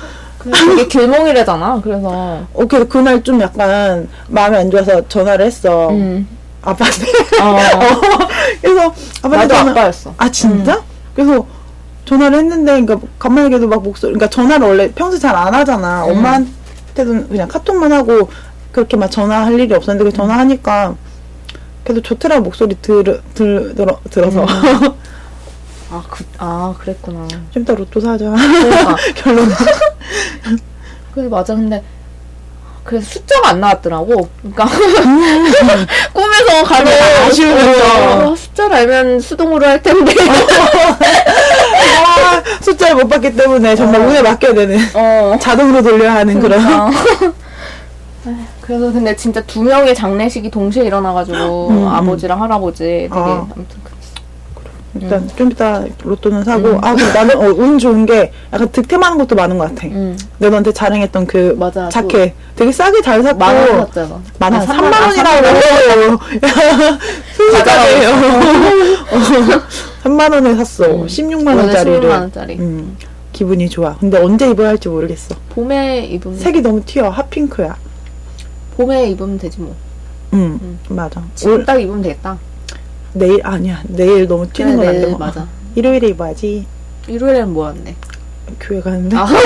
Speaker 2: 이게 길몽이래잖아. 그래서
Speaker 3: 어, 그래서 그날 좀 약간 마음이 안 좋아서 전화를 했어.
Speaker 2: 음.
Speaker 3: 아빠한테.
Speaker 2: 어,
Speaker 3: 어. 그래서 아빠한테
Speaker 2: 나도
Speaker 3: 전화,
Speaker 2: 아빠였어. 음.
Speaker 3: 아 진짜? 그래서 전화를 했는데 그러니까 간만에도 막 목소리 그러니까 전화를 원래 평소 잘 안 하잖아.
Speaker 2: 음.
Speaker 3: 엄마한테도 그냥 카톡만 하고 그렇게 막 전화할 일이
Speaker 2: 음.
Speaker 3: 없었는데 그 전화하니까 계속 좋더라 목소리 들, 들, 들어, 들어서
Speaker 2: 음. 아, 그, 아 그랬구나.
Speaker 3: 좀 이따 로또 사자
Speaker 2: 그러니까.
Speaker 3: 결론
Speaker 2: 그래 맞아. 근데 그래서 숫자가 안 나왔더라고. 그러니까 꿈에서 가면
Speaker 3: 아쉬우겠다.
Speaker 2: 어, 숫자를 알면 수동으로 할 텐데.
Speaker 3: 아, 숫자를 못 받기 때문에 정말 운에 맡겨야 되는
Speaker 2: 어.
Speaker 3: 자동으로 돌려야 하는 그런
Speaker 2: 아. 그러니까. 에휴, 그래서 근데 진짜 두 명의 장례식이 동시에 일어나가지고
Speaker 3: 음, 음.
Speaker 2: 아버지랑 할아버지 되게
Speaker 3: 아.
Speaker 2: 아무튼 그랬어.
Speaker 3: 일단
Speaker 2: 음.
Speaker 3: 좀 이따 로또는 사고 아 근데 나는 어, 운 좋은 게 약간 득템하는 것도 많은 것 같아
Speaker 2: 음.
Speaker 3: 내가 너한테 자랑했던 그
Speaker 2: 맞아,
Speaker 3: 자켓 되게 싸게 잘 샀고
Speaker 2: 만원 샀잖아.
Speaker 3: 만 원,
Speaker 2: 아,
Speaker 3: 3만
Speaker 2: 삼만-
Speaker 3: 원이라고. 순수가예요. 어, 3만 원에 샀어.
Speaker 2: 음.
Speaker 3: 16만
Speaker 2: 원래
Speaker 3: 원짜리를.
Speaker 2: 16만 원짜리.
Speaker 3: 음, 기분이 좋아. 근데 언제 입어야 할지 모르겠어.
Speaker 2: 음. 봄에 입으면
Speaker 3: 색이 너무 튀어. 핫핑크야.
Speaker 2: 봄에 입으면 되지 뭐.
Speaker 3: 음,
Speaker 2: 음.
Speaker 3: 맞아.
Speaker 2: 지금
Speaker 3: 올,
Speaker 2: 딱 입으면 되겠다.
Speaker 3: 내일 아니야. 내일 너무 튀는
Speaker 2: 그래,
Speaker 3: 건안
Speaker 2: 내일
Speaker 3: 되고.
Speaker 2: 맞아.
Speaker 3: 일요일에 입어야지.
Speaker 2: 일요일에는 뭐였네?
Speaker 3: 교회 가는데.
Speaker 2: 아.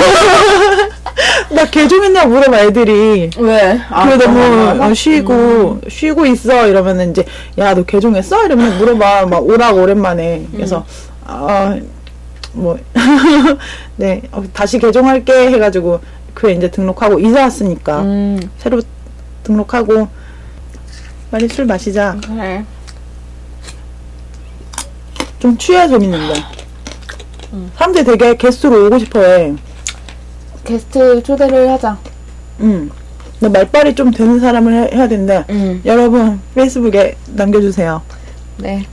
Speaker 3: 나 개종했냐고 물어봐 애들이.
Speaker 2: 왜? 아,
Speaker 3: 그래
Speaker 2: 그런 음.
Speaker 3: 너무
Speaker 2: 거야?
Speaker 3: 어, 쉬고 쉬고 있어 이러면은 이제 야 너 개종했어 이러면 물어봐 막 오라고 오랜만에 그래서
Speaker 2: 음.
Speaker 3: 아, 뭐, 아뭐 네 어, 다시 개종할게 해가지고 학교에 이제 등록하고 이사 왔으니까
Speaker 2: 음,
Speaker 3: 새로 등록하고 빨리 술 마시자.
Speaker 2: 그래.
Speaker 3: 좀 취해 재밌는데.
Speaker 2: 음.
Speaker 3: 사람들이 되게 게스트로 오고 싶어해.
Speaker 2: 게스트 초대를 하자.
Speaker 3: 음. 근데 말빨이 좀 되는 사람을 해, 해야 된대.
Speaker 2: 음,
Speaker 3: 여러분 페이스북에 남겨주세요.
Speaker 2: 네.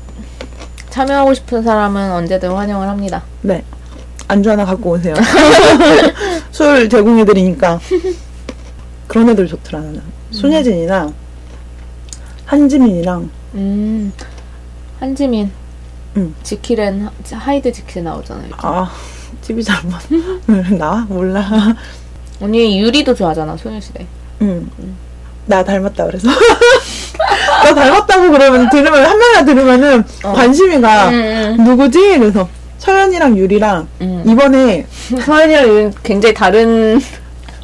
Speaker 2: 참여하고 싶은 사람은 언제든 환영을 합니다.
Speaker 3: 네. 안주 하나 갖고 오세요. 술 제공해드리니까. 그런 애들 좋더라,
Speaker 2: 음.
Speaker 3: 나는. 손예진이랑 한지민이랑
Speaker 2: 음, 한지민.
Speaker 3: 음.
Speaker 2: 지킬엔 하- 하이드 지킬 나오잖아요.
Speaker 3: 아, TV 잘못. 왜 나와? 몰라.
Speaker 2: 언니 유리도 좋아하잖아 소녀시대.
Speaker 3: 응. 음.
Speaker 2: 음.
Speaker 3: 나 닮았다 그래서. 나 닮았다고 그러면 들으면 한 명이나 들으면은
Speaker 2: 어.
Speaker 3: 관심이
Speaker 2: 음,
Speaker 3: 가.
Speaker 2: 응,
Speaker 3: 누구지? 그래서 서연이랑 유리랑
Speaker 2: 응.
Speaker 3: 이번에
Speaker 2: 서연이랑 유리 굉장히 다른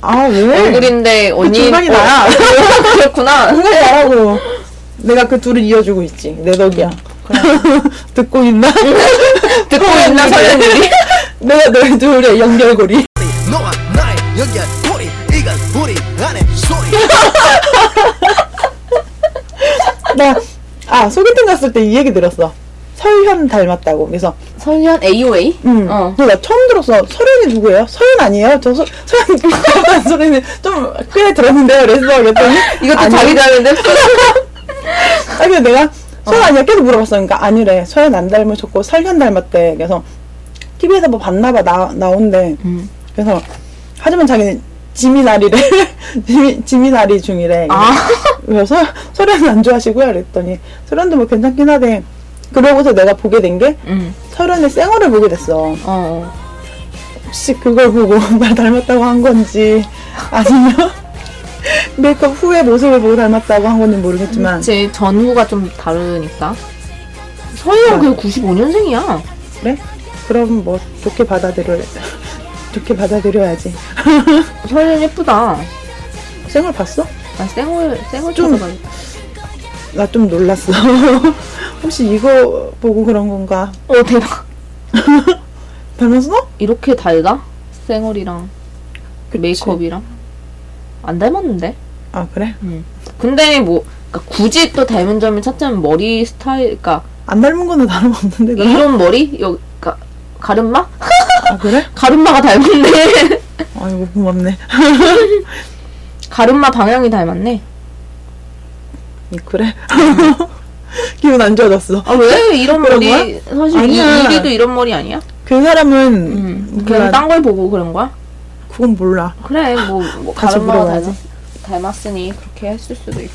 Speaker 3: 아, 왜?
Speaker 2: 얼굴인데
Speaker 3: 그
Speaker 2: 언니 어,
Speaker 3: 중간이 나야.
Speaker 2: 그렇구나.
Speaker 3: 정말 잘하고 내가 그 둘을 이어주고 있지 내 덕이야 듣고 있나?
Speaker 2: 듣고 있나 서연이?
Speaker 3: 내가 너희 둘의 연결고리
Speaker 4: 너와 나의 연결 고리 이건 우리 안의 소리
Speaker 3: 나 아 소개팅 갔을 때 이 얘기 들었어 설현 닮았다고 그래서
Speaker 2: 서연 AOA?
Speaker 3: 음
Speaker 2: 어.
Speaker 3: 근데 나 처음 들었어 설현이 누구예요? 설현 아니에요? 저 서, 설현 닮았다는 소리는 좀 꽤 들었는데요 그랬어 그랬더니
Speaker 2: 이것도
Speaker 3: 아니.
Speaker 2: 자기 자는데
Speaker 3: 아니 근데
Speaker 2: 어.
Speaker 3: 내가 설현 아니야 계속 물어봤어 그러니까 아니래 설현 안 닮으셨고 설현 닮았대 그래서 TV에서 뭐 봤나봐 나 나온대
Speaker 2: 음.
Speaker 3: 그래서 하지만 자기는 지미나리래 지미, 지미나리 중이래
Speaker 2: 아.
Speaker 3: 그래서 소련은 안 좋아하시고요 그랬더니 소련도 뭐 괜찮긴 하대 그러고서 내가 보게 된 게
Speaker 2: 응.
Speaker 3: 소련의 쌩얼을 보게 됐어
Speaker 2: 어.
Speaker 3: 혹시 그걸 보고 날 닮았다고 한 건지 아니면 메이크업 후의 모습을 보고 닮았다고 한 건지 모르겠지만
Speaker 2: 제 전후가 좀 다르니까.
Speaker 3: 네.
Speaker 2: 서연 그 95년생이야.
Speaker 3: 그래? 네? 그럼 뭐 좋게 받아들여 좋게 받아들여야지
Speaker 2: 서연 예쁘다.
Speaker 3: 쌩얼 봤어?
Speaker 2: 나 쌩얼 쌩얼
Speaker 3: 좀-
Speaker 2: 쳐다봐.
Speaker 3: 나 좀 놀랐어 혹시 이거 보고 그런 건가
Speaker 2: 어 대박.
Speaker 3: 닮았어?
Speaker 2: 이렇게 달라? 쌩얼이랑 그 메이크업이랑 안 닮았는데?
Speaker 3: 아 그래?
Speaker 2: 근데 뭐 그러니까 굳이 또 닮은 점을 찾자면 머리 스타일, 그러니까
Speaker 3: 안 닮은 거는 다름없는데 그럼?
Speaker 2: 이런 머리 여기 가, 가름마?
Speaker 3: 아 그래?
Speaker 2: 가름마가 닮았네.
Speaker 3: 아이고 고맙네
Speaker 2: 가름마 방향이 닮았네.
Speaker 3: 그래? 기분 안 좋아졌어.
Speaker 2: 아 왜? 이런
Speaker 3: 그런
Speaker 2: 머리 사실
Speaker 3: 아니야.
Speaker 2: 이, 이리도 이런 머리 아니야?
Speaker 3: 그 사람은
Speaker 2: 음.
Speaker 3: 몰라.
Speaker 2: 그냥 딴 걸 보고 그런 거야?
Speaker 3: 그건 몰라.
Speaker 2: 그래 뭐, 뭐
Speaker 3: 다시
Speaker 2: 가름마가
Speaker 3: 물어봐야지.
Speaker 2: 닮았, 닮았으니 그렇게 했을 수도 있고.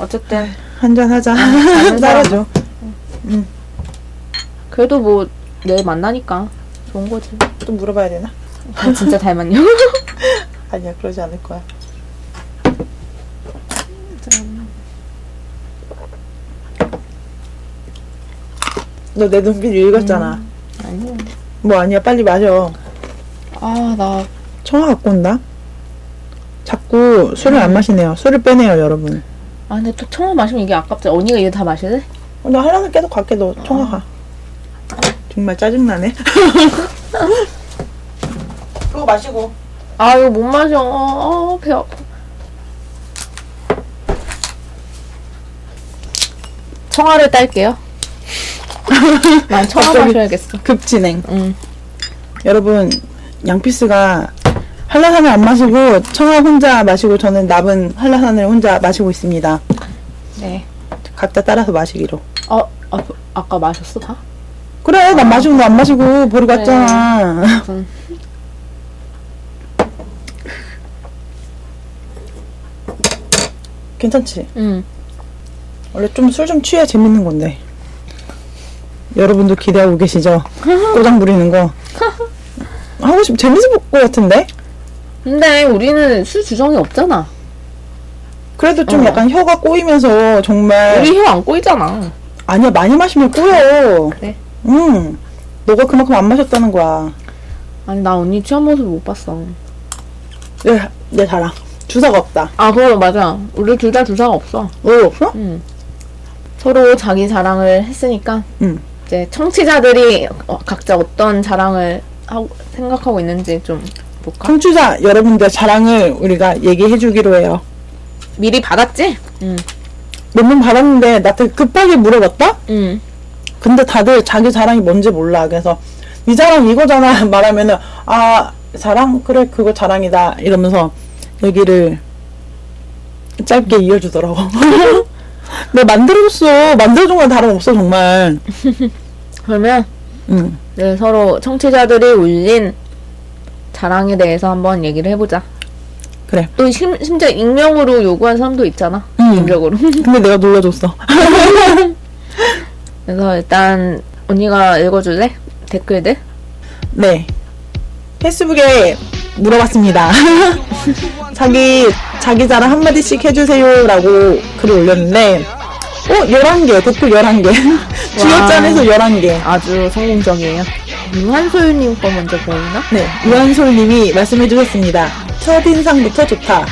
Speaker 2: 어쨌든
Speaker 3: 한잔 하자.
Speaker 2: 다른
Speaker 3: 따라줘.
Speaker 2: 그래도 뭐 내일 만나니까 좋은 거지.
Speaker 3: 또 물어봐야 되나?
Speaker 2: 아, 진짜 닮았냐?
Speaker 3: 아니야 그러지 않을 거야. 너 내 눈빛 읽었잖아.
Speaker 2: 아니야.
Speaker 3: 뭐 아니야 빨리 마셔.
Speaker 2: 아나
Speaker 3: 청아 갖고 온다. 자꾸 술을 안 마시네요. 술을 빼네요 여러분.
Speaker 2: 아, 근데 또 청아 마시면 이게 아깝지. 언니가 이거 다 마셔야 돼?
Speaker 3: 어, 나 하려면 계속 갈게 너 청아 가. 정말 짜증나네. 그거 마시고.
Speaker 2: 아, 이거 못 마셔. 아, 배 아파. 청아를 딸게요. 난 청아
Speaker 3: 갑자기-
Speaker 2: 마셔야겠어.
Speaker 3: 급진행.
Speaker 2: 응.
Speaker 3: 여러분 양피스가 한라산을 안 마시고 청아 혼자 마시고 저는 남은 한라산을 혼자 마시고 있습니다.
Speaker 2: 네.
Speaker 3: 각자 따라서 마시기로.
Speaker 2: 어, 아, 아까 마셨어? 다?
Speaker 3: 그래 난 마시고 너 안 마시고 버리고 갔잖아.
Speaker 2: 음.
Speaker 3: 괜찮지?
Speaker 2: 응.
Speaker 3: 원래 좀 술 좀 취해 재밌는 건데. 여러분도 기대하고 계시죠? 꼬장 부리는 거. 하고 싶 재밌을 것 같은데?
Speaker 2: 근데 우리는 술 주정이 없잖아.
Speaker 3: 그래도 좀
Speaker 2: 어.
Speaker 3: 약간 혀가 꼬이면서 정말
Speaker 2: 우리 혀 안 꼬이잖아.
Speaker 3: 아니야 많이 마시면 꼬여.
Speaker 2: 그래?
Speaker 3: 응. 너가 그만큼 안 마셨다는 거야.
Speaker 2: 아니, 나 언니 취한 모습 못 봤어.
Speaker 3: 내, 내 자랑. 주사가 없다.
Speaker 2: 아, 그럼 맞아. 우리 둘 다 주사가 없어.
Speaker 3: 왜 없어?
Speaker 2: 응. 음. 서로 자기 자랑을 했으니까
Speaker 3: 응.
Speaker 2: 이제 청취자들이 어, 각자 어떤 자랑을 하고, 생각하고 있는지 좀 볼까?
Speaker 3: 청취자 여러분들 자랑을 우리가 얘기해 주기로 해요.
Speaker 2: 미리 받았지?
Speaker 3: 음. 몇 명 받았는데 나한테 급하게 물어봤다?
Speaker 2: 응.
Speaker 3: 근데 다들 자기 자랑이 뭔지 몰라. 그래서 이 자랑 이거잖아 말하면은 아 자랑 그래 그거 자랑이다 이러면서 얘기를 짧게 이어주더라고. 내가 만들어줬어. 만들어준 건 다름없어 정말.
Speaker 2: 그러면
Speaker 3: 응.
Speaker 2: 네, 서로 청취자들이 올린 자랑에 대해서 한번 얘기를 해보자.
Speaker 3: 그래.
Speaker 2: 또 심, 심지어 익명으로 요구한 사람도 있잖아.
Speaker 3: 음.
Speaker 2: 개인적으로.
Speaker 3: 근데 내가 놀려줬어.
Speaker 2: 그래서 일단 언니가 읽어줄래? 댓글들?
Speaker 3: 네. 페이스북에 물어봤습니다. 자기, 자기 자랑 한마디씩 해주세요라고 글을 올렸는데, 어? 11개, 댓글 11개. 주요짠에서 11개.
Speaker 2: 아주 성공적이에요. 유한소유님 거 먼저 보이나?
Speaker 3: 네, 유한솔님이 말씀해주셨습니다. 첫인상부터 좋다.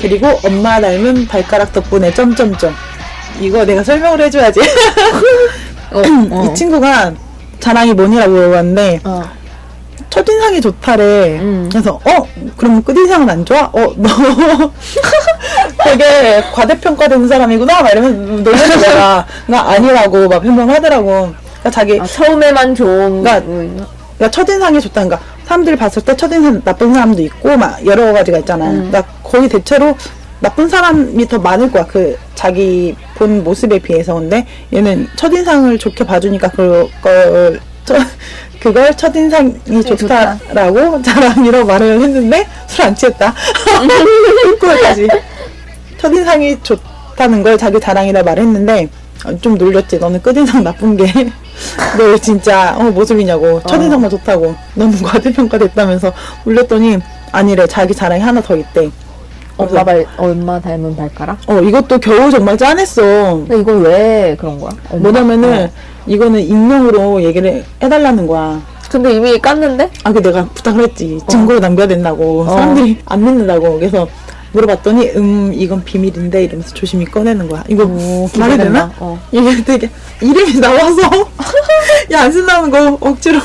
Speaker 3: 그리고 엄마 닮은 발가락 덕분에 점점점. 이거 내가 설명을 해줘야지.
Speaker 2: 어,
Speaker 3: 이 친구가 자랑이 뭐니라고 물어봤는데,
Speaker 2: 어.
Speaker 3: 첫인상이 좋다래.
Speaker 2: 음.
Speaker 3: 그래서 어 그럼 끝인상은 안 좋아? 어너 되게 과대평가된 사람이구나. 막 이러면 놀래는 거야. 나 아니라고 막 변명하더라고. 그러니까 자기
Speaker 2: 아, 처음에만 좋은
Speaker 3: 나-
Speaker 2: 거구나.
Speaker 3: 그러니까 첫인상이 좋다. 그러니까 사람들이 봤을 때 첫인상 나쁜 사람도 있고 막 여러 가지가 있잖아.
Speaker 2: 음.
Speaker 3: 그러니까 거의 대체로 나쁜 사람이 더 많을 거야. 그 자기 본 모습에 비해서 근데 얘는 첫인상을 좋게 봐주니까 그걸 첫- 그걸 첫인상이
Speaker 2: 네, 좋다.
Speaker 3: 좋다라고 자랑이라고 말을 했는데 술 안 취했다. 그거까지 첫인상이 좋다는 걸 자기 자랑이라 말했는데 어, 좀 놀렸지. 너는 끝인상 나쁜 게 너 진짜 어 모습이냐고 첫인상만 좋다고 너는 과대평가됐다면서 울렸더니 아니래 자기 자랑이 하나 더 있대
Speaker 2: 엄마 발, 엄마 닮은 발가락?
Speaker 3: 어 이것도 겨우 정말 짠했어
Speaker 2: 근데 이건 왜 그런 거야? 엄마?
Speaker 3: 뭐냐면은
Speaker 2: 어.
Speaker 3: 이거는 익명으로 얘기를 해달라는 거야
Speaker 2: 근데 이미 깠는데?
Speaker 3: 아 그 내가 부탁을 했지 증거로 남겨야 된다고
Speaker 2: 어.
Speaker 3: 사람들이 안 믿는다고 그래서 물어봤더니 음 이건 비밀인데 이러면서 조심히 꺼내는 거야 이거 말해야 되나?
Speaker 2: 기대된다. 어.
Speaker 3: 이게 되게 이름이 나와서 야 안 쓴다는 거 억지로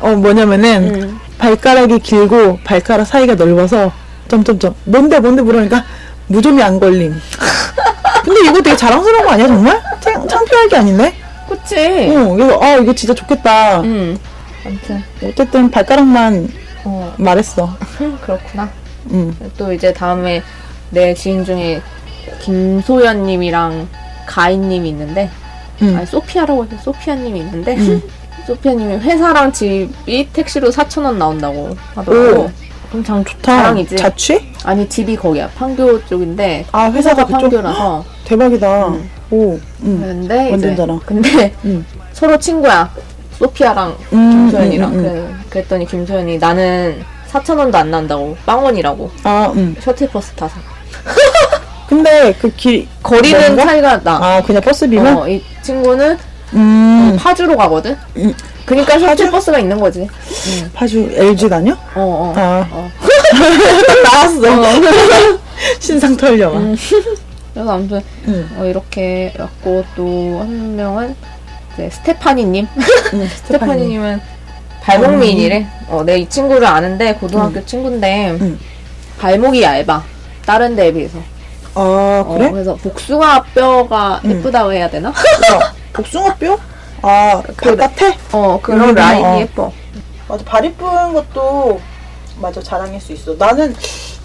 Speaker 3: 어 뭐냐면은
Speaker 2: 음.
Speaker 3: 발가락이 길고 발가락 사이가 넓어서 점점점 뭔데 뭔데 물으니까 무좀이 안 걸림 근데 이거 되게 자랑스러운 거 아니야 정말? 창, 창피할 게 아닌데?
Speaker 2: 그치?
Speaker 3: 어 그래서 아 이거 진짜 좋겠다
Speaker 2: 응. 아무튼,
Speaker 3: 어쨌든 발가락만
Speaker 2: 어,
Speaker 3: 말했어
Speaker 2: 그렇구나.
Speaker 3: 음.
Speaker 2: 또 이제 다음에 내 지인 중에 김소연님이랑 가인님이 있는데,
Speaker 3: 음.
Speaker 2: 아니, 소피아라고 해서 소피아님이 있는데, 소피아님이 회사랑 집이 택시로 4,000원 나온다고 하더라고.
Speaker 3: 오.
Speaker 2: 그럼 장,
Speaker 3: 다
Speaker 2: 자랑이지.
Speaker 3: 자취?
Speaker 2: 아니, 집이 거기야. 판교 쪽인데,
Speaker 3: 아 회사가
Speaker 2: 회사가
Speaker 3: 그쪽
Speaker 2: 판교라서.
Speaker 3: 대박이다
Speaker 2: 음.
Speaker 3: 오 음.
Speaker 2: 근데
Speaker 3: 완전
Speaker 2: 이제
Speaker 3: 자랑.
Speaker 2: 근데
Speaker 3: 음.
Speaker 2: 서로 친구야. 소피아랑
Speaker 3: 음,
Speaker 2: 김소연이랑.
Speaker 3: 음, 음,
Speaker 2: 그래, 그랬더니 김소연이 나는 4,000원도 안 난다고. 빵원이라고.
Speaker 3: 아 음.
Speaker 2: 셔틀버스 타서.
Speaker 3: 근데 그길
Speaker 2: 거리는
Speaker 3: 뭔가?
Speaker 2: 차이가 나.
Speaker 3: 아 그냥 버스비만?
Speaker 2: 어, 이 친구는
Speaker 3: 음
Speaker 2: 파주로 가거든.
Speaker 3: 음.
Speaker 2: 그러니까
Speaker 3: 파주?
Speaker 2: 셔틀버스가 있는 거지.
Speaker 3: 파주 LG 다녀?
Speaker 2: 어, 어.
Speaker 3: 아
Speaker 2: 어.
Speaker 3: 나왔어 신상 털려 와
Speaker 2: 그래서 아무튼
Speaker 3: 음.
Speaker 2: 어, 이렇게 왔고 또 한 명은 이제 스테파니님.
Speaker 3: 음,
Speaker 2: 스테파니님은 발목 미인이래. 어, 내 이 친구를 아는데 고등학교 친구인데
Speaker 3: 음.
Speaker 2: 발목이 얇아. 다른 데에 비해서.
Speaker 3: 아
Speaker 2: 어,
Speaker 3: 그래?
Speaker 2: 래서 복숭아 뼈가
Speaker 3: 음.
Speaker 2: 예쁘다고 해야 되나?
Speaker 3: 어, 복숭아뼈? 아
Speaker 2: 그래.
Speaker 3: 바깥에?
Speaker 2: 어, 그런
Speaker 3: 음,
Speaker 2: 라인이
Speaker 3: 어.
Speaker 2: 예뻐.
Speaker 3: 맞아 발 이쁜 것도 맞아 자랑일 수 있어 나는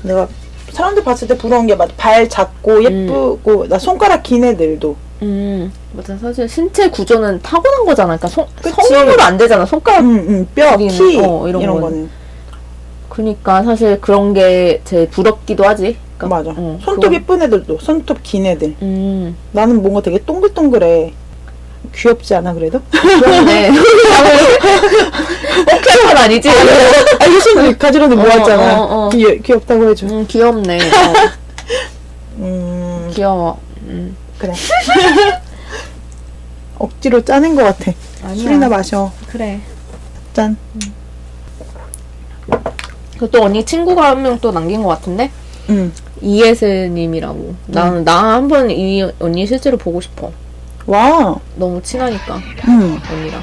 Speaker 3: 내가 사람들 봤을 때 부러운 게 맞아 발 작고 예쁘고 나 손가락 긴 애들도
Speaker 2: 음, 맞아. 사실 신체 구조는 타고난 거잖아. 그러니까 성,
Speaker 3: 그치.
Speaker 2: 성으로 안 되잖아. 손가락
Speaker 3: 음뼈키
Speaker 2: 여기는, 어,
Speaker 3: 이런,
Speaker 2: 이런 거는.
Speaker 3: 거는
Speaker 2: 그니까 그러니까 사실 그런 게 제 부럽기도 하지. 그러니까,
Speaker 3: 맞아
Speaker 2: 어,
Speaker 3: 손톱
Speaker 2: 그건-
Speaker 3: 예쁜 애들도 손톱 긴 애들
Speaker 2: 음.
Speaker 3: 나는 뭔가 되게 동글동글해 귀엽지 않아 그래도?
Speaker 2: 그런데 오케이는 아니지.
Speaker 3: 아 이거 손 가지런히 모았잖아
Speaker 2: 어, 어.
Speaker 3: 귀, 귀엽다고 해줘
Speaker 2: 음, 귀엽네. 어,
Speaker 3: 음
Speaker 2: 귀여워. 음.
Speaker 3: 그래 억지로 짜낸 것 같아
Speaker 2: 아니야.
Speaker 3: 술이나 마셔
Speaker 2: 그래.
Speaker 3: 짠
Speaker 2: 그또 언니 친구가 한 명 또 남긴 것 같은데
Speaker 3: 음.
Speaker 2: 이예슬님이라고. 나는 나 한 번 이 언니 실제로 보고 싶어.
Speaker 3: 와
Speaker 2: 너무 친하니까
Speaker 3: 음.
Speaker 2: 언니랑.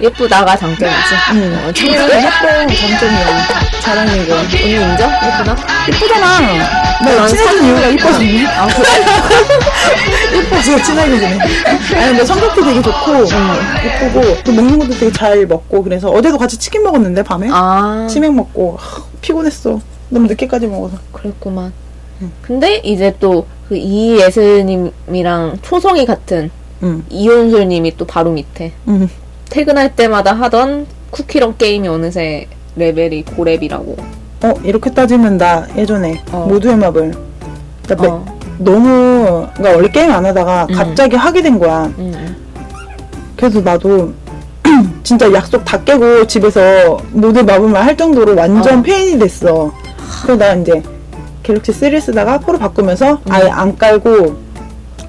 Speaker 2: 예쁘다가 장점이지. 어,
Speaker 3: 진짜 예쁜 장점이야. 자랑인 거.
Speaker 2: 언니 인정? 예쁘다?
Speaker 3: 예쁘잖아. 나 네, 친해진 이유가 이뻐서.
Speaker 2: 아, 그래?
Speaker 3: 이뻐서 친하게 지내. 아니 근데 성격도 되게 좋고 예쁘고 또 먹는 것도 되게 잘 먹고 그래서 어제도 같이 치킨 먹었는데 밤에
Speaker 2: 아,
Speaker 3: 치맥 먹고 하, 피곤했어. 너무 늦게까지 먹어서.
Speaker 2: 그랬구만. 근데 이제 또 그 이예슬님이랑 초성이 같은
Speaker 3: 응.
Speaker 2: 이온술님이 또 바로 밑에.
Speaker 3: 응.
Speaker 2: 퇴근할 때마다 하던 쿠키런 게임이 어느새 레벨이 고렙이라고.
Speaker 3: 어 이렇게 따지면 나 예전에
Speaker 2: 어.
Speaker 3: 모두의 맵을 나 매-
Speaker 2: 어,
Speaker 3: 너무 그러니까 원래 게임 안 하다가
Speaker 2: 음.
Speaker 3: 갑자기 하게 된 거야.
Speaker 2: 응, 응.
Speaker 3: 그래서 나도 진짜 약속 다 깨고 집에서 모두 마블만 할 정도로 완전
Speaker 2: 어.
Speaker 3: 페인이 됐어. 그래서 나 이제 갤럭시 3를 쓰다가 4로 바꾸면서 아예 안 깔고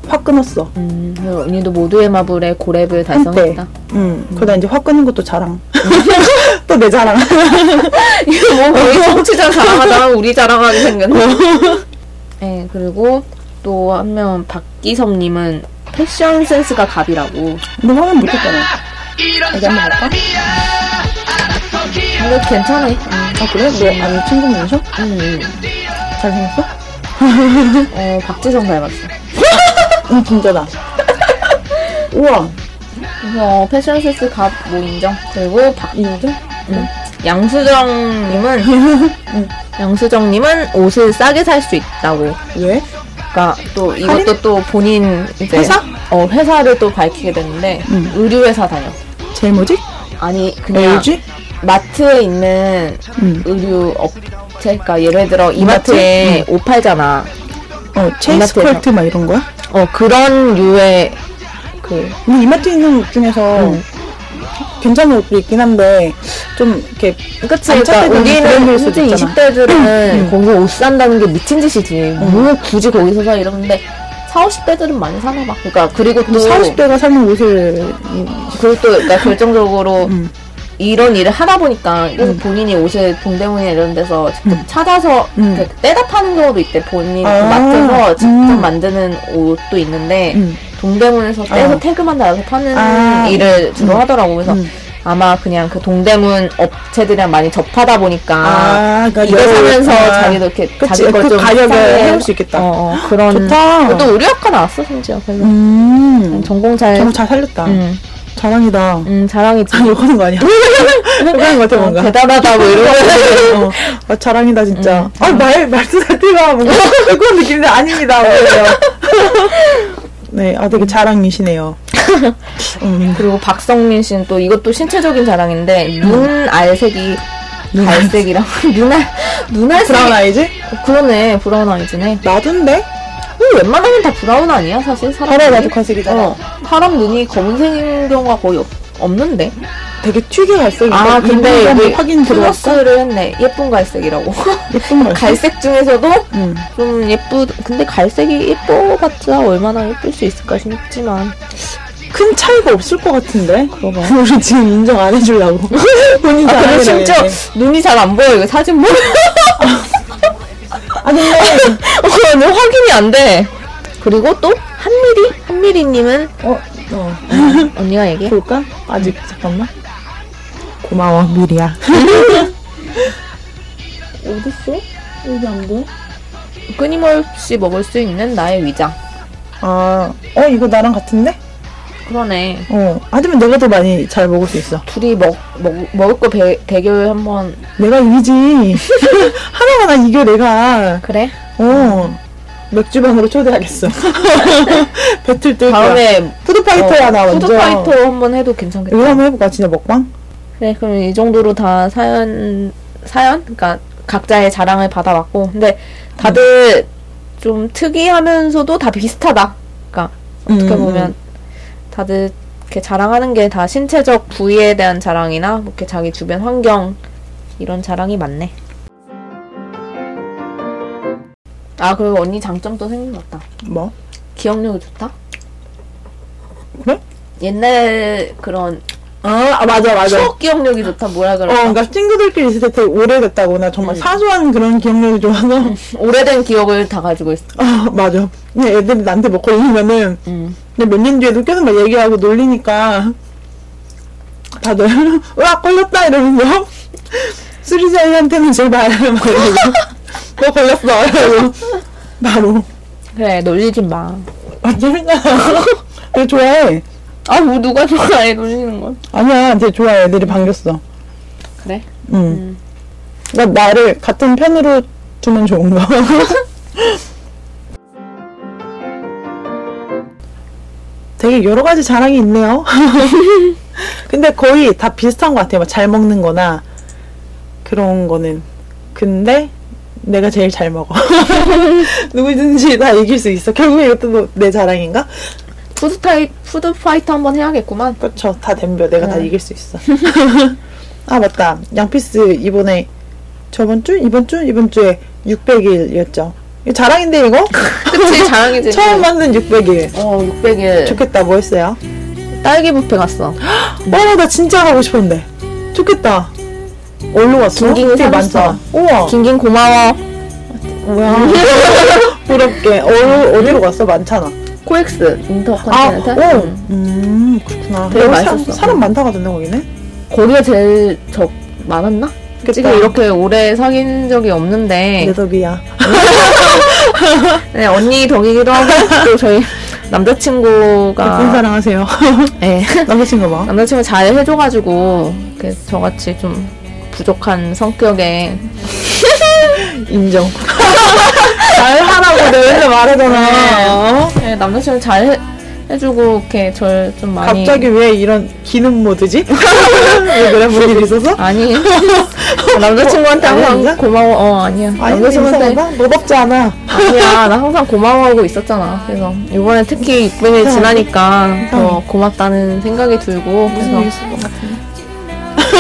Speaker 3: 확 끊었어.
Speaker 2: 음, 그래서 언니도 모두의 마블의 고렙을 달성했다.
Speaker 3: 음. 그러다 이제 확 끊은 것도 자랑. 또 내 자랑.
Speaker 2: 이거 뭐 거의 정치자 자랑하다가 우리 자랑하게 생겼네. 네, 그리고 또 한 명 박기섭님은 패션 센스가 갑이라고.
Speaker 3: 근데 화면 못했잖아. 여기 한번 갈까?
Speaker 2: 근데 괜찮아. 음,
Speaker 3: 아 그래? 너 아니 친구 모셔?
Speaker 2: 음, 음.
Speaker 3: 잘생겼어?
Speaker 2: 어, 박지성 닮았어.
Speaker 3: 응 진짜다. 우와.
Speaker 2: 그래서 어, 패션 센스 갑 뭐 인정. 그리고 박
Speaker 3: 인정?
Speaker 2: 양수정님은 음, 양수정님은 옷을 싸게 살 수 있다고.
Speaker 3: 왜?
Speaker 2: 그러니까 또 이것도 또 본인 이제
Speaker 3: 회사?
Speaker 2: 어 회사를 또 밝히게 됐는데
Speaker 3: 음.
Speaker 2: 의류회사 다녀.
Speaker 3: 제일 뭐지?
Speaker 2: 아니 그냥
Speaker 3: LG?
Speaker 2: 마트에 있는
Speaker 3: 음.
Speaker 2: 의류 업체, 그러니까 예를 들어 이마트에
Speaker 3: 음.
Speaker 2: 옷 팔잖아.
Speaker 3: 어 체이스컬트 막 이런 거야?
Speaker 2: 어 그런 류의 그
Speaker 3: 근데 뭐 이마트 있는 옷 중에서
Speaker 2: 음.
Speaker 3: 괜찮은 옷도 있긴 한데 좀 이렇게
Speaker 2: 그치,
Speaker 3: 안
Speaker 2: 그러니까
Speaker 3: 찾게 되는
Speaker 2: 우리는
Speaker 3: 브랜드일 수도
Speaker 2: 솔직히
Speaker 3: 있잖아. 음.
Speaker 2: 20대들은 거기서 옷 산다는 게 미친 짓이지. 뭐 굳이 거기서 사 이러는데 40, 50대들은 많이 사나 봐. 그러니까 그리고 또
Speaker 3: 40대가 사는 옷을
Speaker 2: 그리고 또 그러니까 결정적으로
Speaker 3: 음.
Speaker 2: 이런 일을 하다 보니까 그래서 본인이 옷을 동대문이나 이런 데서 직접 찾아서
Speaker 3: 음.
Speaker 2: 이렇게 떼다 파는 경우도 있대. 본인
Speaker 3: 아,
Speaker 2: 그 마트에서 직접
Speaker 3: 음.
Speaker 2: 만드는 옷도 있는데
Speaker 3: 음.
Speaker 2: 동대문에서 떼서
Speaker 3: 어.
Speaker 2: 태그만 달아서 파는
Speaker 3: 아.
Speaker 2: 일을 주로 하더라고. 그래서
Speaker 3: 음.
Speaker 2: 아마 그냥 그 동대문 업체들이랑 많이 접하다 보니까
Speaker 3: 아, 그러니까
Speaker 2: 이거
Speaker 3: 여러-
Speaker 2: 사면서
Speaker 3: 아.
Speaker 2: 자기도 이렇게
Speaker 3: 그치,
Speaker 2: 자기 걸
Speaker 3: 그
Speaker 2: 좀
Speaker 3: 가격을
Speaker 2: 싸게
Speaker 3: 해올 수 있겠다.
Speaker 2: 어, 어, 그런
Speaker 3: 좋다.
Speaker 2: 또 우리 학과 나왔어 심지어. 그래서
Speaker 3: 음
Speaker 2: 전공 잘.
Speaker 3: 정말 잘 살렸다
Speaker 2: 음,
Speaker 3: 자랑이다
Speaker 2: 음 자랑이지.
Speaker 3: 욕 하는 거 아니야? 욕 하는 거 같아 뭔가
Speaker 2: 대단하다 뭐 이런
Speaker 3: 어, 아, 자랑이다 진짜 아말 말투 자체가 뭔가 뭐 그런 느낌인데 아닙니다 뭐 이래요. 네, 아 되게 자랑이시네요 음.
Speaker 2: 그리고 박성민 씨는 또 이것도 신체적인 자랑인데 눈 알색이 갈색이랑 눈알 눈알색
Speaker 3: 브라운 아이즈?
Speaker 2: 어, 그러네 브라운 아이즈네
Speaker 3: 나던데?
Speaker 2: 근데 웬만하면 다 브라운 아니야 사실 사람
Speaker 3: 바로
Speaker 2: 눈이?
Speaker 3: 나도 갈색이잖아
Speaker 2: 어 사람 눈이 검은색인 경우가 거의 없, 없는데
Speaker 3: 되게 특이할 갈색인데
Speaker 2: 아 근데
Speaker 3: 이분이
Speaker 2: 여기
Speaker 3: 확인 들어왔고
Speaker 2: 플러스를 했네 예쁜 갈색이라고
Speaker 3: 예쁜 거
Speaker 2: 갈색 중에서도
Speaker 3: 음.
Speaker 2: 좀 예쁘 근데 갈색이 예뻐봤자 얼마나 예쁠 수 있을까 싶지만
Speaker 3: 큰 차이가 없을 것 같은데
Speaker 2: 그러고
Speaker 3: 우리 지금 인정 안 해주려고 본인
Speaker 2: 아,
Speaker 3: 자랑이라며.
Speaker 2: 그리고 심지어 눈이 잘 안 보여. 이거 사진 뭐. 어, 보면.
Speaker 3: 아 근데
Speaker 2: 어, 근데 확인이 안 돼. 그리고 또, 한미리? 한미리님은, 아,
Speaker 3: 어, 어
Speaker 2: 언니가 얘기해.
Speaker 3: 볼까? 아직 잠깐만 고마워 미리야
Speaker 2: 어딨어? 여기 안 돼? 끊임없이 먹을 수 있는 나의 위장.
Speaker 3: 아어 이거 나랑 같은데?
Speaker 2: 그러네.
Speaker 3: 어 하지만 내가 더 많이 잘 먹을 수 있어
Speaker 2: 둘이 먹, 먹, 먹을 거 배, 대결 한 번.
Speaker 3: 내가 이기지 하나하나 이겨 내가
Speaker 2: 그래?
Speaker 3: 어 맥주방으로 초대하겠어 배틀 뜰 거야
Speaker 2: 다음에, 어,
Speaker 3: 푸드파이터야 나 완전
Speaker 2: 푸드파이터 한 번 해도 괜찮겠다.
Speaker 3: 이거 한번 해볼까 진짜 먹방?
Speaker 2: 네, 그럼 이 정도로 다 사연, 사연? 그러니까 각자의 자랑을 받아봤고, 근데 다들 좀 특이하면서도 다 비슷하다. 그러니까
Speaker 3: 음, 네.
Speaker 2: 어떻게 보면 다들 이렇게 자랑하는 게 다 신체적 부위에 대한 자랑이나 뭐 이렇게 자기 주변 환경 이런 자랑이 많네. 아, 그리고 언니 장점도 생각났다.
Speaker 3: 뭐?
Speaker 2: 기억력이 좋다.
Speaker 3: 그래?
Speaker 2: 옛날 그런
Speaker 3: 아 아, 맞아 맞아
Speaker 2: 추억 기억력이 좋다 뭐라
Speaker 3: 어,
Speaker 2: 그럴까?
Speaker 3: 그러니까 친구들끼리 있을 때 되게 오래됐다거나 정말 사소한 그런 기억력이 좋아서
Speaker 2: 오래된 기억을 다 가지고 있어.
Speaker 3: 아 맞아 그냥 애들이 나한테 뭐 걸리면은
Speaker 2: 음.
Speaker 3: 몇 년 뒤에도 계속 막 얘기하고 놀리니까 다들 으악 걸렸다 이러면서 수리사이한테는 제발 막 이러고 너 걸렸어 이러고 바로
Speaker 2: 그래 놀리지 마.
Speaker 3: 완전 혼나 되게 좋아해
Speaker 2: 아뭐 누가 좋아해 놀리는 걸?
Speaker 3: 아니야 되게 좋아해 애들이 반겼어
Speaker 2: 그래?
Speaker 3: 음. 그러니까 나를 같은 편으로 두면 좋은 거 되게 여러 가지 자랑이 있네요 근데 거의 다 비슷한 것 같아요. 막 잘 먹는 거나 그런 거는. 근데 내가 제일 잘 먹어. 누구든지 다 이길 수 있어. 결국에 이것도 뭐내 자랑인가?
Speaker 2: 푸드 타이 푸드 파이터 한번 해야겠구만.
Speaker 3: 그렇죠. 다 덤벼. 내가 다
Speaker 2: 응.
Speaker 3: 이길 수 있어. 아 맞다. 양피스 이번에 저번 주 이번 주 이번 주에 600일이었죠. 이거 자랑인데 이거?
Speaker 2: 그치 자랑이지.
Speaker 3: 처음 만든 600일.
Speaker 2: 어 600일
Speaker 3: 좋겠다. 뭐 했어요?
Speaker 2: 딸기 뷔페 갔어.
Speaker 3: 어, 나 진짜 가고 싶었는데. 좋겠다. 얼로 왔어?
Speaker 2: 긴긴
Speaker 3: 되게
Speaker 2: 사줬어.
Speaker 3: 많다. 우와.
Speaker 2: 긴긴 고마워.
Speaker 3: 뭐야. 부럽게. 어, 어디로 갔어? 많잖아.
Speaker 2: 코엑스 인터
Speaker 3: 아,
Speaker 2: 컨티넨탈.
Speaker 3: 오. 음, 그렇구나.
Speaker 2: 되게
Speaker 3: 여기
Speaker 2: 맛있었어.
Speaker 3: 사람, 사람 많다 가던데, 거기는?
Speaker 2: 거기가 제일 적 많았나?
Speaker 3: 그치.
Speaker 2: 지금 이렇게 오래 사귄 적이 없는데
Speaker 3: 내 덕이야.
Speaker 2: 네, 언니 덕이기도 하고 또 저희
Speaker 3: 예쁜
Speaker 2: 남자친구가
Speaker 3: 사랑하세요.
Speaker 2: 예
Speaker 3: 남자친구 봐.
Speaker 2: 남자친구 잘 해줘가지고 이렇게 저같이 좀 부족한 성격에
Speaker 3: 인정. 잘 하라고 내가 맨날 말하잖아.
Speaker 2: 예, 남자친구 잘 해, 해주고 이렇게 절 좀 많이
Speaker 3: 갑자기 왜 이런 기능 모드지? 왜 그래? 뭔 일 있어서?
Speaker 2: 아니 남자친구한테
Speaker 3: 어, 아니야,
Speaker 2: 항상
Speaker 3: 아니야?
Speaker 2: 고마워 어 아니야
Speaker 3: 아니, 너
Speaker 2: 남자친구한테
Speaker 3: 이상하다? 너답지 않아.
Speaker 2: 아니야 나 항상 고마워하고 있었잖아 그래서 이번에 특히 600일 지나니까 더 고맙다는 생각이 들고 그래서
Speaker 3: 있을 것 같아.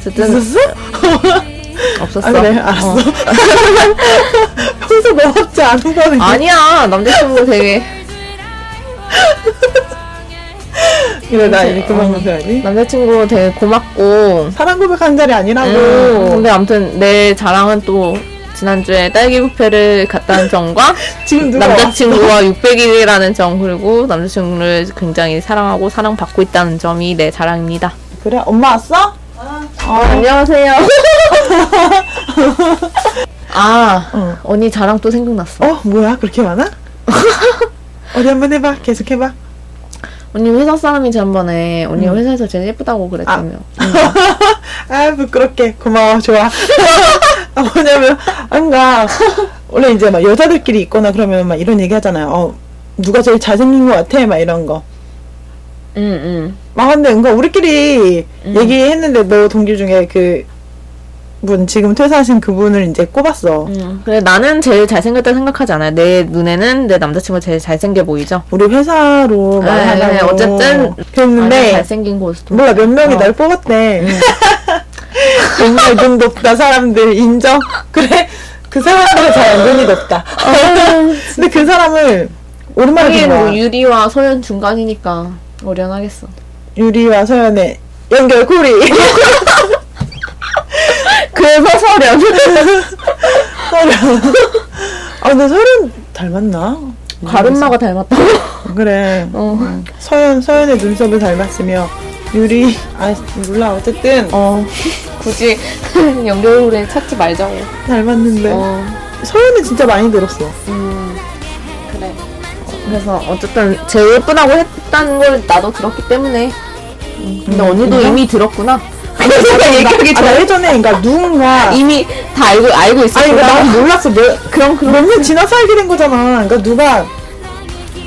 Speaker 2: 어쨌든 없었어
Speaker 3: 아, 그래? 알았어.
Speaker 2: 어.
Speaker 3: 평소 너답지 않은 거는
Speaker 2: 아니야 남자친구 되게
Speaker 3: 그래, 나
Speaker 2: 어.
Speaker 3: 이렇게 방송해야지.
Speaker 2: 남자친구 되게 고맙고
Speaker 3: 사랑 고백하는 자리 아니라고.
Speaker 2: 음, 근데 아무튼 내 자랑은 또 지난주에 딸기 뷔페를 갔다는 점과
Speaker 3: 지금 누가
Speaker 2: 남자친구와 600일이라는 점 그리고 남자친구를 굉장히 사랑하고 사랑받고 있다는 점이 내 자랑입니다.
Speaker 3: 그래? 엄마 왔어?
Speaker 2: 안녕하세요. 아
Speaker 3: 어.
Speaker 2: 언니 자랑 또 생각났어.
Speaker 3: 어? 뭐야? 그렇게 많아? 어디 한번 해봐. 계속 해봐.
Speaker 2: 언니 회사 사람이 지난번에 언니 가 회사에서 제일 예쁘다고 그랬다며.
Speaker 3: 아 부끄럽게 고마워 좋아 아, 뭐냐면 뭔가 원래 이제 막 여자들끼리 있거나 그러면 막 이런 얘기 하잖아요 어 누가 제일 잘생긴 것 같아 막 이런 거막
Speaker 2: 음, 응응.
Speaker 3: 근데 뭔가 우리끼리
Speaker 2: 음.
Speaker 3: 얘기했는데 너 동기 중에 그 분 지금 퇴사하신 그분을 이제 꼽았어
Speaker 2: 음. 그래 나는 제일 잘생겼다 생각하지 않아요. 내 눈에는 내 남자친구 가 제일 잘생겨 보이죠.
Speaker 3: 우리 회사로
Speaker 2: 네,
Speaker 3: 말하려고
Speaker 2: 네, 어쨌든 아니,
Speaker 3: 그랬는데
Speaker 2: 잘생긴 고스톱.
Speaker 3: 몰라 몇 명이
Speaker 2: 어.
Speaker 3: 날 뽑았대. 정말 눈 높다 그 사람들 인정. 그래 그 사람들은 잘 눈이 높다. 근데 그 사람을 오랜만에
Speaker 2: 어. 하긴
Speaker 3: 본
Speaker 2: 뭐
Speaker 3: 거야.
Speaker 2: 유리와 소연 중간이니까 어련하겠어.
Speaker 3: 유리와 서연의 연결고리.
Speaker 2: 그래서 서련.
Speaker 3: 서연. 아 근데 서연 닮았나?
Speaker 2: 가름마가 닮았다.
Speaker 3: 그래.
Speaker 2: 어.
Speaker 3: 서연 서연의 눈썹을 닮았으며 유리 아 몰라 어쨌든
Speaker 2: 어. 굳이 연결고리 찾지 말자고.
Speaker 3: 닮았는데
Speaker 2: 어.
Speaker 3: 서연은 진짜 많이 들었어.
Speaker 2: 음. 그래. 그래서 어쨌든 제일 예쁘다고 했다는 걸 나도 들었기 때문에. 음, 근데 언니도 이미 들었구나. 그래서 얘기하기
Speaker 3: 아, 나
Speaker 2: 전에
Speaker 3: 예전에 그러니까 누군가
Speaker 2: 이미 다 알고 알고
Speaker 3: 아니
Speaker 2: 있었구나.
Speaker 3: 나 몰랐어. 뭐, 몇,
Speaker 2: 그럼 그럼
Speaker 3: 몇년 지나서 알게 된 거잖아. 그러니까 누가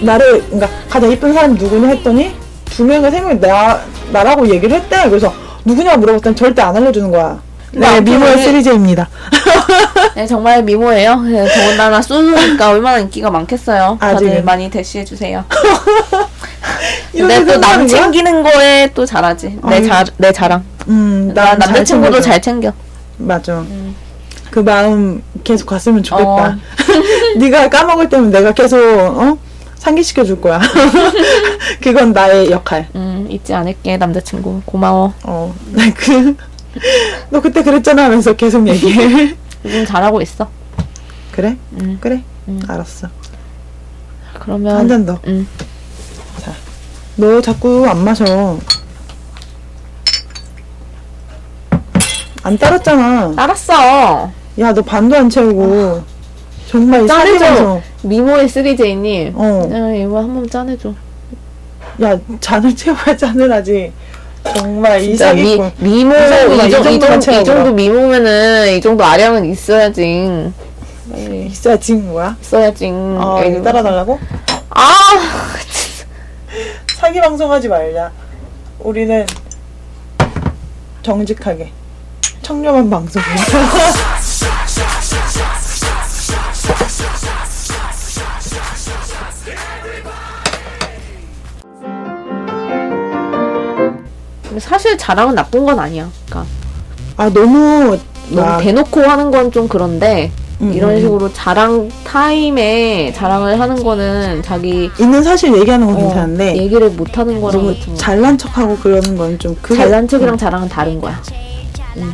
Speaker 3: 나를 그러니까 가장 이쁜 사람 누구냐 했더니 두 명이 세 명이 나 나라고 얘기를 했대. 그래서 누구냐 물어봤더니 절대 안 알려주는 거야. 네,
Speaker 2: 아무튼
Speaker 3: 미모의
Speaker 2: 오늘-
Speaker 3: 3제입니다.
Speaker 2: 네, 정말 미모예요. 네, 더군다나 쏘니까 얼마나 인기가 많겠어요. 다들
Speaker 3: 아직은.
Speaker 2: 많이 대시해 주세요. 근데 또 네, 그
Speaker 3: 생각하는 거야?
Speaker 2: 남 챙기는 거에 또 잘하지. 내
Speaker 3: 아니.
Speaker 2: 자, 내 자랑.
Speaker 3: 음,
Speaker 2: 나
Speaker 3: 난
Speaker 2: 남자친구도
Speaker 3: 챙겨줘.
Speaker 2: 잘 챙겨.
Speaker 3: 맞아. 그 마음 계속 갔으면 좋겠다.
Speaker 2: 어.
Speaker 3: 네가 까먹을 때면 내가 계속 어? 상기시켜 줄 거야. 그건 나의 역할.
Speaker 2: 음, 잊지 않을게 남자친구. 고마워.
Speaker 3: 어, 나 그, 너 그때 그랬잖아 하면서 계속 얘기해.
Speaker 2: 요즘 잘하고 있어.
Speaker 3: 그래?
Speaker 2: 음.
Speaker 3: 그래?
Speaker 2: 음.
Speaker 3: 알았어.
Speaker 2: 그러면
Speaker 3: 한 잔 더.
Speaker 2: 음.
Speaker 3: 자. 아, 너 자꾸 안 마셔. 안 따랐잖아.
Speaker 2: 알았어.
Speaker 3: 야, 너 반도 안 채우고. 정말 이
Speaker 2: 짠해줘.
Speaker 3: 살이면서.
Speaker 2: 미모의 3J님.
Speaker 3: 어.
Speaker 2: 야, 이거 한 번 짠해줘.
Speaker 3: 야, 잔을 채워야 잔을 하지. 정말 이
Speaker 2: 진짜 미,
Speaker 3: 사기꾼.
Speaker 2: 미모,
Speaker 3: 이 정도가
Speaker 2: 이,
Speaker 3: 이
Speaker 2: 정, 이,
Speaker 3: 정도만
Speaker 2: 정, 이
Speaker 3: 채워보라.
Speaker 2: 정도 미모면은 이 정도 아량은 있어야지. 빨리.
Speaker 3: 있어야 지금 뭐야?
Speaker 2: 있어야지.
Speaker 3: 어,
Speaker 2: 에이,
Speaker 3: 이거 따라달라고?
Speaker 2: 아!
Speaker 3: 사기 방송하지 말자. 우리는 정직하게 청렴한 방송을.
Speaker 2: 근데 사실 자랑은 나쁜 건 아니야. 그러니까
Speaker 3: 아 너무
Speaker 2: 너무
Speaker 3: 막
Speaker 2: 대놓고 하는 건 좀 그런데
Speaker 3: 아. 음,
Speaker 2: 이런
Speaker 3: 음.
Speaker 2: 식으로 자랑 타임에 자랑을 하는 거는 자기
Speaker 3: 있는 사실 얘기하는 건
Speaker 2: 어,
Speaker 3: 괜찮은데
Speaker 2: 얘기를 못 하는 거랑
Speaker 3: 너무
Speaker 2: 같은 거.
Speaker 3: 잘난 척하고 그러는 건 좀 그게 음.
Speaker 2: 잘난 척이랑 자랑은 다른 거야.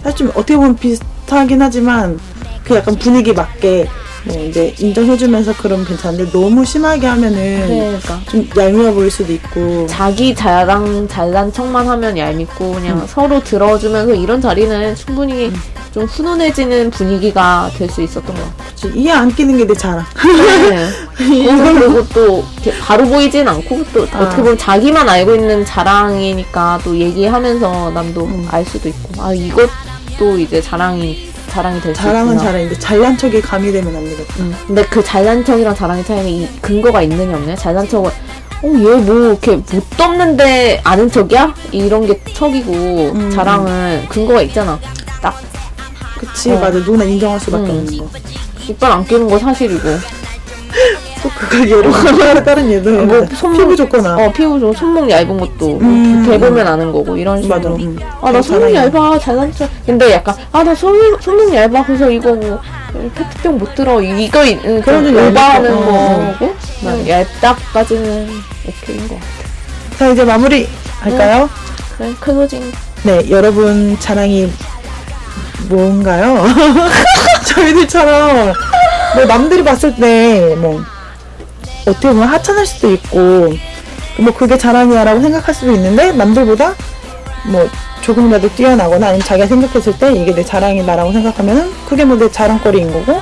Speaker 3: 사실 좀 어떻게 보면 비슷하긴 하지만 그 약간 분위기 맞게 뭐 이제 인정해주면서 그러면 괜찮은데 너무 심하게 하면은
Speaker 2: 그러니까
Speaker 3: 좀 얄미워 보일 수도 있고
Speaker 2: 자기 자랑 잘난 척만 하면 얄밉고 그냥
Speaker 3: 음.
Speaker 2: 서로 들어주면서 이런 자리는 충분히 좀 훈훈해지는 분위기가 될 수 있었던 것 같아요. 네.
Speaker 3: 이해 안 끼는 게 내 자랑. 네.
Speaker 2: 그리고 또 이렇게 바로 보이진 않고 또
Speaker 3: 아.
Speaker 2: 어떻게 보면 자기만 알고 있는 자랑이니까 또 얘기하면서 남도
Speaker 3: 음.
Speaker 2: 알 수도 있고 아 이것도 이제 자랑이 자랑이 될 수 있구나.
Speaker 3: 자랑은 자랑인데 잘난 척이 가미되면 안 되겠다.
Speaker 2: 음. 근데 그 잘난 척이랑 자랑의 차이는 이 근거가 있느냐 없느냐? 잘난 척은 어얘 뭐 이렇게 못 덮는데 아는 척이야? 이런 게 척이고 자랑은 근거가 있잖아. 딱
Speaker 3: 그치
Speaker 2: 어.
Speaker 3: 맞아 누구나 인정할 수밖에
Speaker 2: 음.
Speaker 3: 없는 거.
Speaker 2: 이빨 안 끼는 거 사실이고
Speaker 3: 또 그걸 예로 들어 다른 예도
Speaker 2: 뭐
Speaker 3: 뭐
Speaker 2: 손목-
Speaker 3: 피부 좋거나
Speaker 2: 어 피부 좀 손목 얇은 것도 뭐
Speaker 3: 음.
Speaker 2: 대보면 아는 거고 이런
Speaker 3: 맞아.
Speaker 2: 식으로
Speaker 3: 음.
Speaker 2: 아나 손목
Speaker 3: 자랑이야.
Speaker 2: 얇아 잘난 척 근데 약간 아나 손목 손목 얇아 그래서 이거 뭐 페트병 못 들어 이거 이- 음,
Speaker 3: 그런
Speaker 2: 좀
Speaker 3: 건
Speaker 2: 오바하는
Speaker 3: 얇고, 어.
Speaker 2: 거고 그냥 얇다까지는 오케이인 거 같아.
Speaker 3: 자 이제 마무리
Speaker 2: 네.
Speaker 3: 할까요?
Speaker 2: 그래 클로징
Speaker 3: 네 여러분 자랑이 뭔가요? 저희들처럼 뭐 남들이 봤을 때 뭐 어떻게 보면 하찮을 수도 있고 뭐 그게 자랑이야라고 생각할 수도 있는데 남들보다 뭐 조금이라도 뛰어나거나 아니면 자기가 생각했을 때 이게 내 자랑이다라고 생각하면은 그게 뭐 내 자랑거리인 거고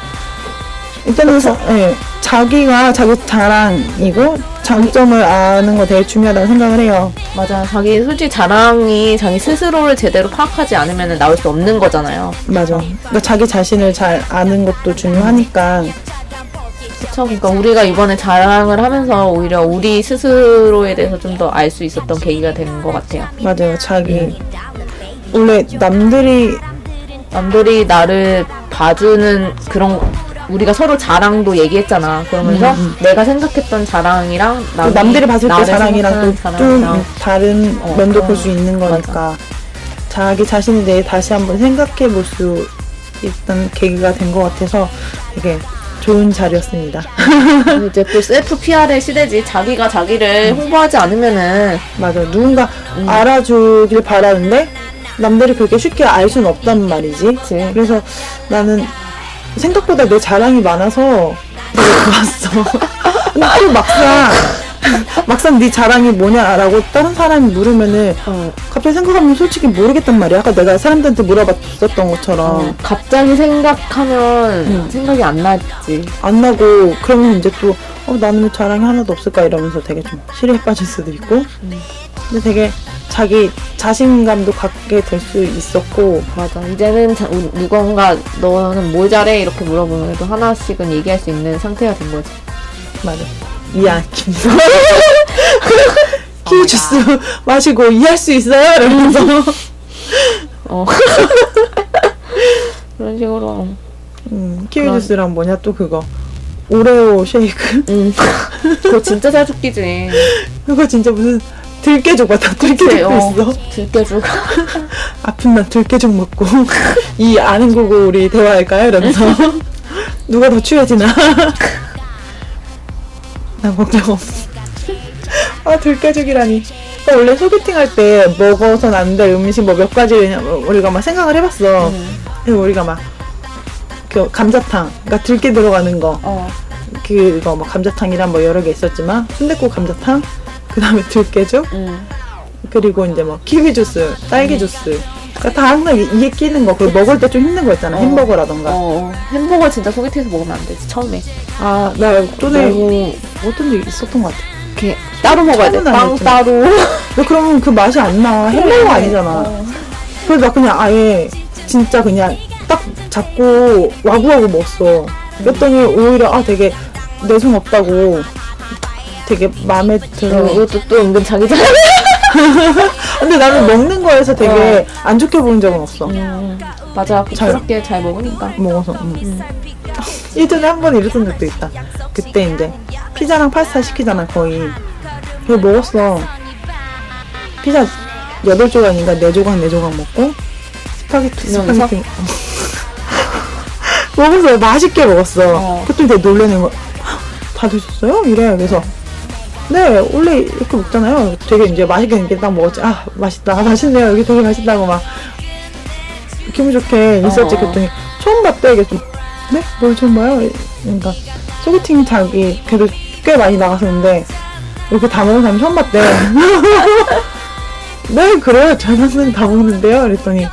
Speaker 3: 일단은 자, 예, 자기가 자기 자랑이고 장점을 아는 거 되게 중요하다고 생각을 해요.
Speaker 2: 맞아 자기 솔직히 자랑이 자기 스스로를 제대로 파악하지 않으면 나올 수 없는 거잖아요
Speaker 3: 맞아. 그러니까 자기 자신을 잘 아는 것도 중요하니까.
Speaker 2: 그쵸 그러니까 우리가 이번에 자랑을 하면서 오히려 우리 스스로에 대해서 좀 더 알 수 있었던 계기가 되는 것 같아요
Speaker 3: 맞아요. 자기. 원래 남들이,
Speaker 2: 남들이 나를 봐주는 그런 우리가 서로 자랑도 얘기했잖아 그러면서 내가 생각했던 자랑이랑 남이
Speaker 3: 음, 남들이 봤을 때
Speaker 2: 나를
Speaker 3: 자랑이랑
Speaker 2: 생각하는
Speaker 3: 또 좀
Speaker 2: 자랑이랑
Speaker 3: 다른
Speaker 2: 어,
Speaker 3: 면도
Speaker 2: 어,
Speaker 3: 볼 수 있는
Speaker 2: 맞아.
Speaker 3: 거니까. 자기 자신에 대해 다시 한번 생각해 볼 수 있던 계기가 된 것 같아서 되게 좋은 자리였습니다.
Speaker 2: 근데 이제 또 셀프 PR의 시대지 자기가
Speaker 3: 음.
Speaker 2: 자기를 홍보하지 않으면은
Speaker 3: 맞아. 누군가 알아주길 바라는데 남들이 그렇게 쉽게 알 수는 없단 말이지.
Speaker 2: 그치.
Speaker 3: 그래서 나는 생각보다 내 자랑이 많아서 되게 좋았어. 근데 또 막상 막상 네 자랑이 뭐냐라고 다른 사람이 물으면은 갑자기 생각하면 솔직히 모르겠단 말이야. 아까 내가 사람들한테 물어봤었던 것처럼
Speaker 2: 어, 갑자기 생각하면 생각이 안 나지.
Speaker 3: 안 나고 그러면 이제 또 어, 나는 왜 자랑이 하나도 없을까 이러면서 되게 좀 실에 빠질 수도 있고 근데 되게 자기 자신감도 갖게 될 수 있었고
Speaker 2: 맞아. 이제는 자- 우- 누군가 너는 뭘 잘해 이렇게 물어보면 또 하나씩은 얘기할 수 있는 상태가 된 거지.
Speaker 3: 맞아 이야 김수 키위 주스
Speaker 2: 아.
Speaker 3: 마시고 이해할 수 있어요?
Speaker 2: 음.
Speaker 3: 이러면서
Speaker 2: 어. 그런 식으로.
Speaker 3: 음, 키위
Speaker 2: 그런-
Speaker 3: 주스랑 뭐냐 또 그거 오레오 쉐이크
Speaker 2: 음. 그거 진짜 잘 죽기지.
Speaker 3: 그거 진짜 무슨 들깨족 같아 들깨족도 있어
Speaker 2: 들깨주고.
Speaker 3: 아픈 날 들깨죽 먹고 이 아는 거고 우리 대화할까요? 이러면서 누가 더 취해지나? 난 걱정 없어. 아 들깨죽이라니. 그러니까 원래 소개팅할 때 먹어선 안 될 음식 뭐 몇 가지 우리가 막 생각을 해봤어. 그래서 우리가 막. 그 감자탕, 그러니까 들깨 들어가는 거,
Speaker 2: 어.
Speaker 3: 그거 뭐 감자탕이랑 뭐 여러 개 있었지만 순댓국 감자탕, 그 다음에 들깨죠.
Speaker 2: 음.
Speaker 3: 그리고 이제 뭐 키위 주스, 딸기 주스. 그러니까 다 항상 이- 이에 끼는 거, 그 먹을 때 좀 힘든 거 있잖아.
Speaker 2: 어.
Speaker 3: 햄버거라던가.
Speaker 2: 어, 햄버거 진짜 소개팅에서 먹으면 안 되지, 처음에.
Speaker 3: 아, 나
Speaker 2: 네.
Speaker 3: 전에
Speaker 2: 너무
Speaker 3: 어떤 일 있었던 것 같아.
Speaker 2: 이렇게 따로 먹어야 돼.
Speaker 3: 처음은
Speaker 2: 빵
Speaker 3: 아니었지만.
Speaker 2: 따로.
Speaker 3: 근데 그러면 그 맛이 안 나. 햄버거 아니잖아.
Speaker 2: 어.
Speaker 3: 그래서 나 그냥 아예 진짜 그냥 딱 잡고 와구와구 먹었어. 그랬더니 오히려 아 되게 내숭 없다고 되게 마음에
Speaker 2: 음,
Speaker 3: 들어.
Speaker 2: 이것도 또 은근 자기 자랑.
Speaker 3: 근데 나는 먹는 거에서 되게 안 좋게 보인 적은 없어.
Speaker 2: 어. 음, 맞아. 부드럽게 잘 먹으니까.
Speaker 3: 먹어서. 음. 예전에 한 번 이랬던 적도 있다. 그때 이제 피자랑 파스타 시키잖아 거의. 그거 먹었어. 피자 8조각인가 4조각 4조각 먹고 스파게티
Speaker 2: 이러면서?
Speaker 3: 스파게티 먹었어 맛있게 먹었어.
Speaker 2: 어.
Speaker 3: 그때 되게 놀래는 거. 다 드셨어요? 이래 그래서 네 원래 이렇게 먹잖아요. 되게 이제 맛있게 이렇게 딱 먹었지. 아 맛있다 아, 맛있네요 여기 되게 맛있다고 막 기분 좋게 인스타
Speaker 2: 어.
Speaker 3: 찍혔더니 처음 봤대 이게 좀 네? 뭘 처음 봐요? 그러니까 소개팅 자기 그래도 꽤 많이 나갔었는데 이렇게 다 먹는 사람 처음 봤대 네 그래요 저 사람은 다 먹는데요 그랬더니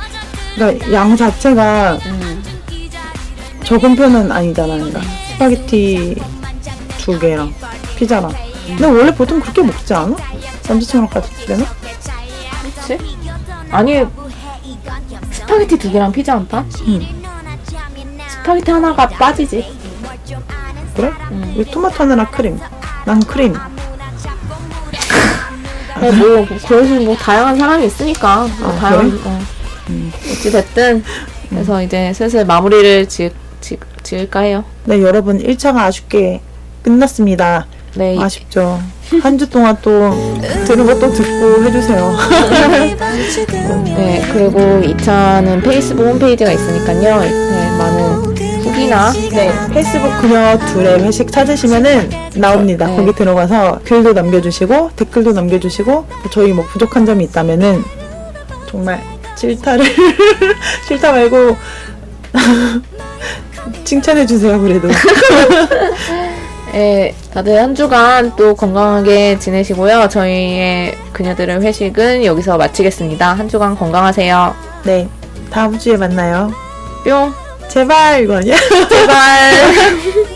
Speaker 3: 그러니까 양 자체가
Speaker 2: 음.
Speaker 3: 적은 편은 아니잖아 그러니까 스파게티 두 개랑 피자랑 근데 원래 보통 그렇게 먹지 않아? 남자친구랑 같을 때는?
Speaker 2: 그치? 아니, 스파게티 두 개랑 피자 한 판?
Speaker 3: 응
Speaker 2: 스파게티 하나가 빠지지. 음.
Speaker 3: 그래? 왜 토마토 하나랑 크림 난 크림
Speaker 2: 어, 뭐, 그럴 수, 뭐, 다양한 사람이 있으니까. 뭐
Speaker 3: 아,
Speaker 2: 다양한,
Speaker 3: 그래? 음.
Speaker 2: 어. 어찌됐든. 그래서 이제 슬슬 마무리를 지, 지, 지을까 해요.
Speaker 3: 네, 여러분 1차가 아쉽게 끝났습니다.
Speaker 2: 네. 이-
Speaker 3: 아쉽죠. 한 주 동안 또 들은 것도 듣고 해주세요.
Speaker 2: 네, 그리고 2차는 페이스북 홈페이지가 있으니까요. 네,
Speaker 1: 음,
Speaker 2: 많은 후기나
Speaker 3: 네, 페이스북 그녀 둘의 회식 찾으시면은 나옵니다.
Speaker 2: 네.
Speaker 3: 거기 들어가서 글도 남겨주시고 댓글도 남겨주시고 저희 뭐 부족한 점이 있다면은 정말 싫다를 싫다 말고 칭찬해 주세요. 그래도
Speaker 2: 예, 다들 한 주간 또 건강하게 지내시고요. 저희의 그녀들의 회식은 여기서 마치겠습니다. 한 주간 건강하세요.
Speaker 3: 네 다음 주에 만나요.
Speaker 2: 뿅!
Speaker 3: 제발 이거 아니야?
Speaker 2: 제발!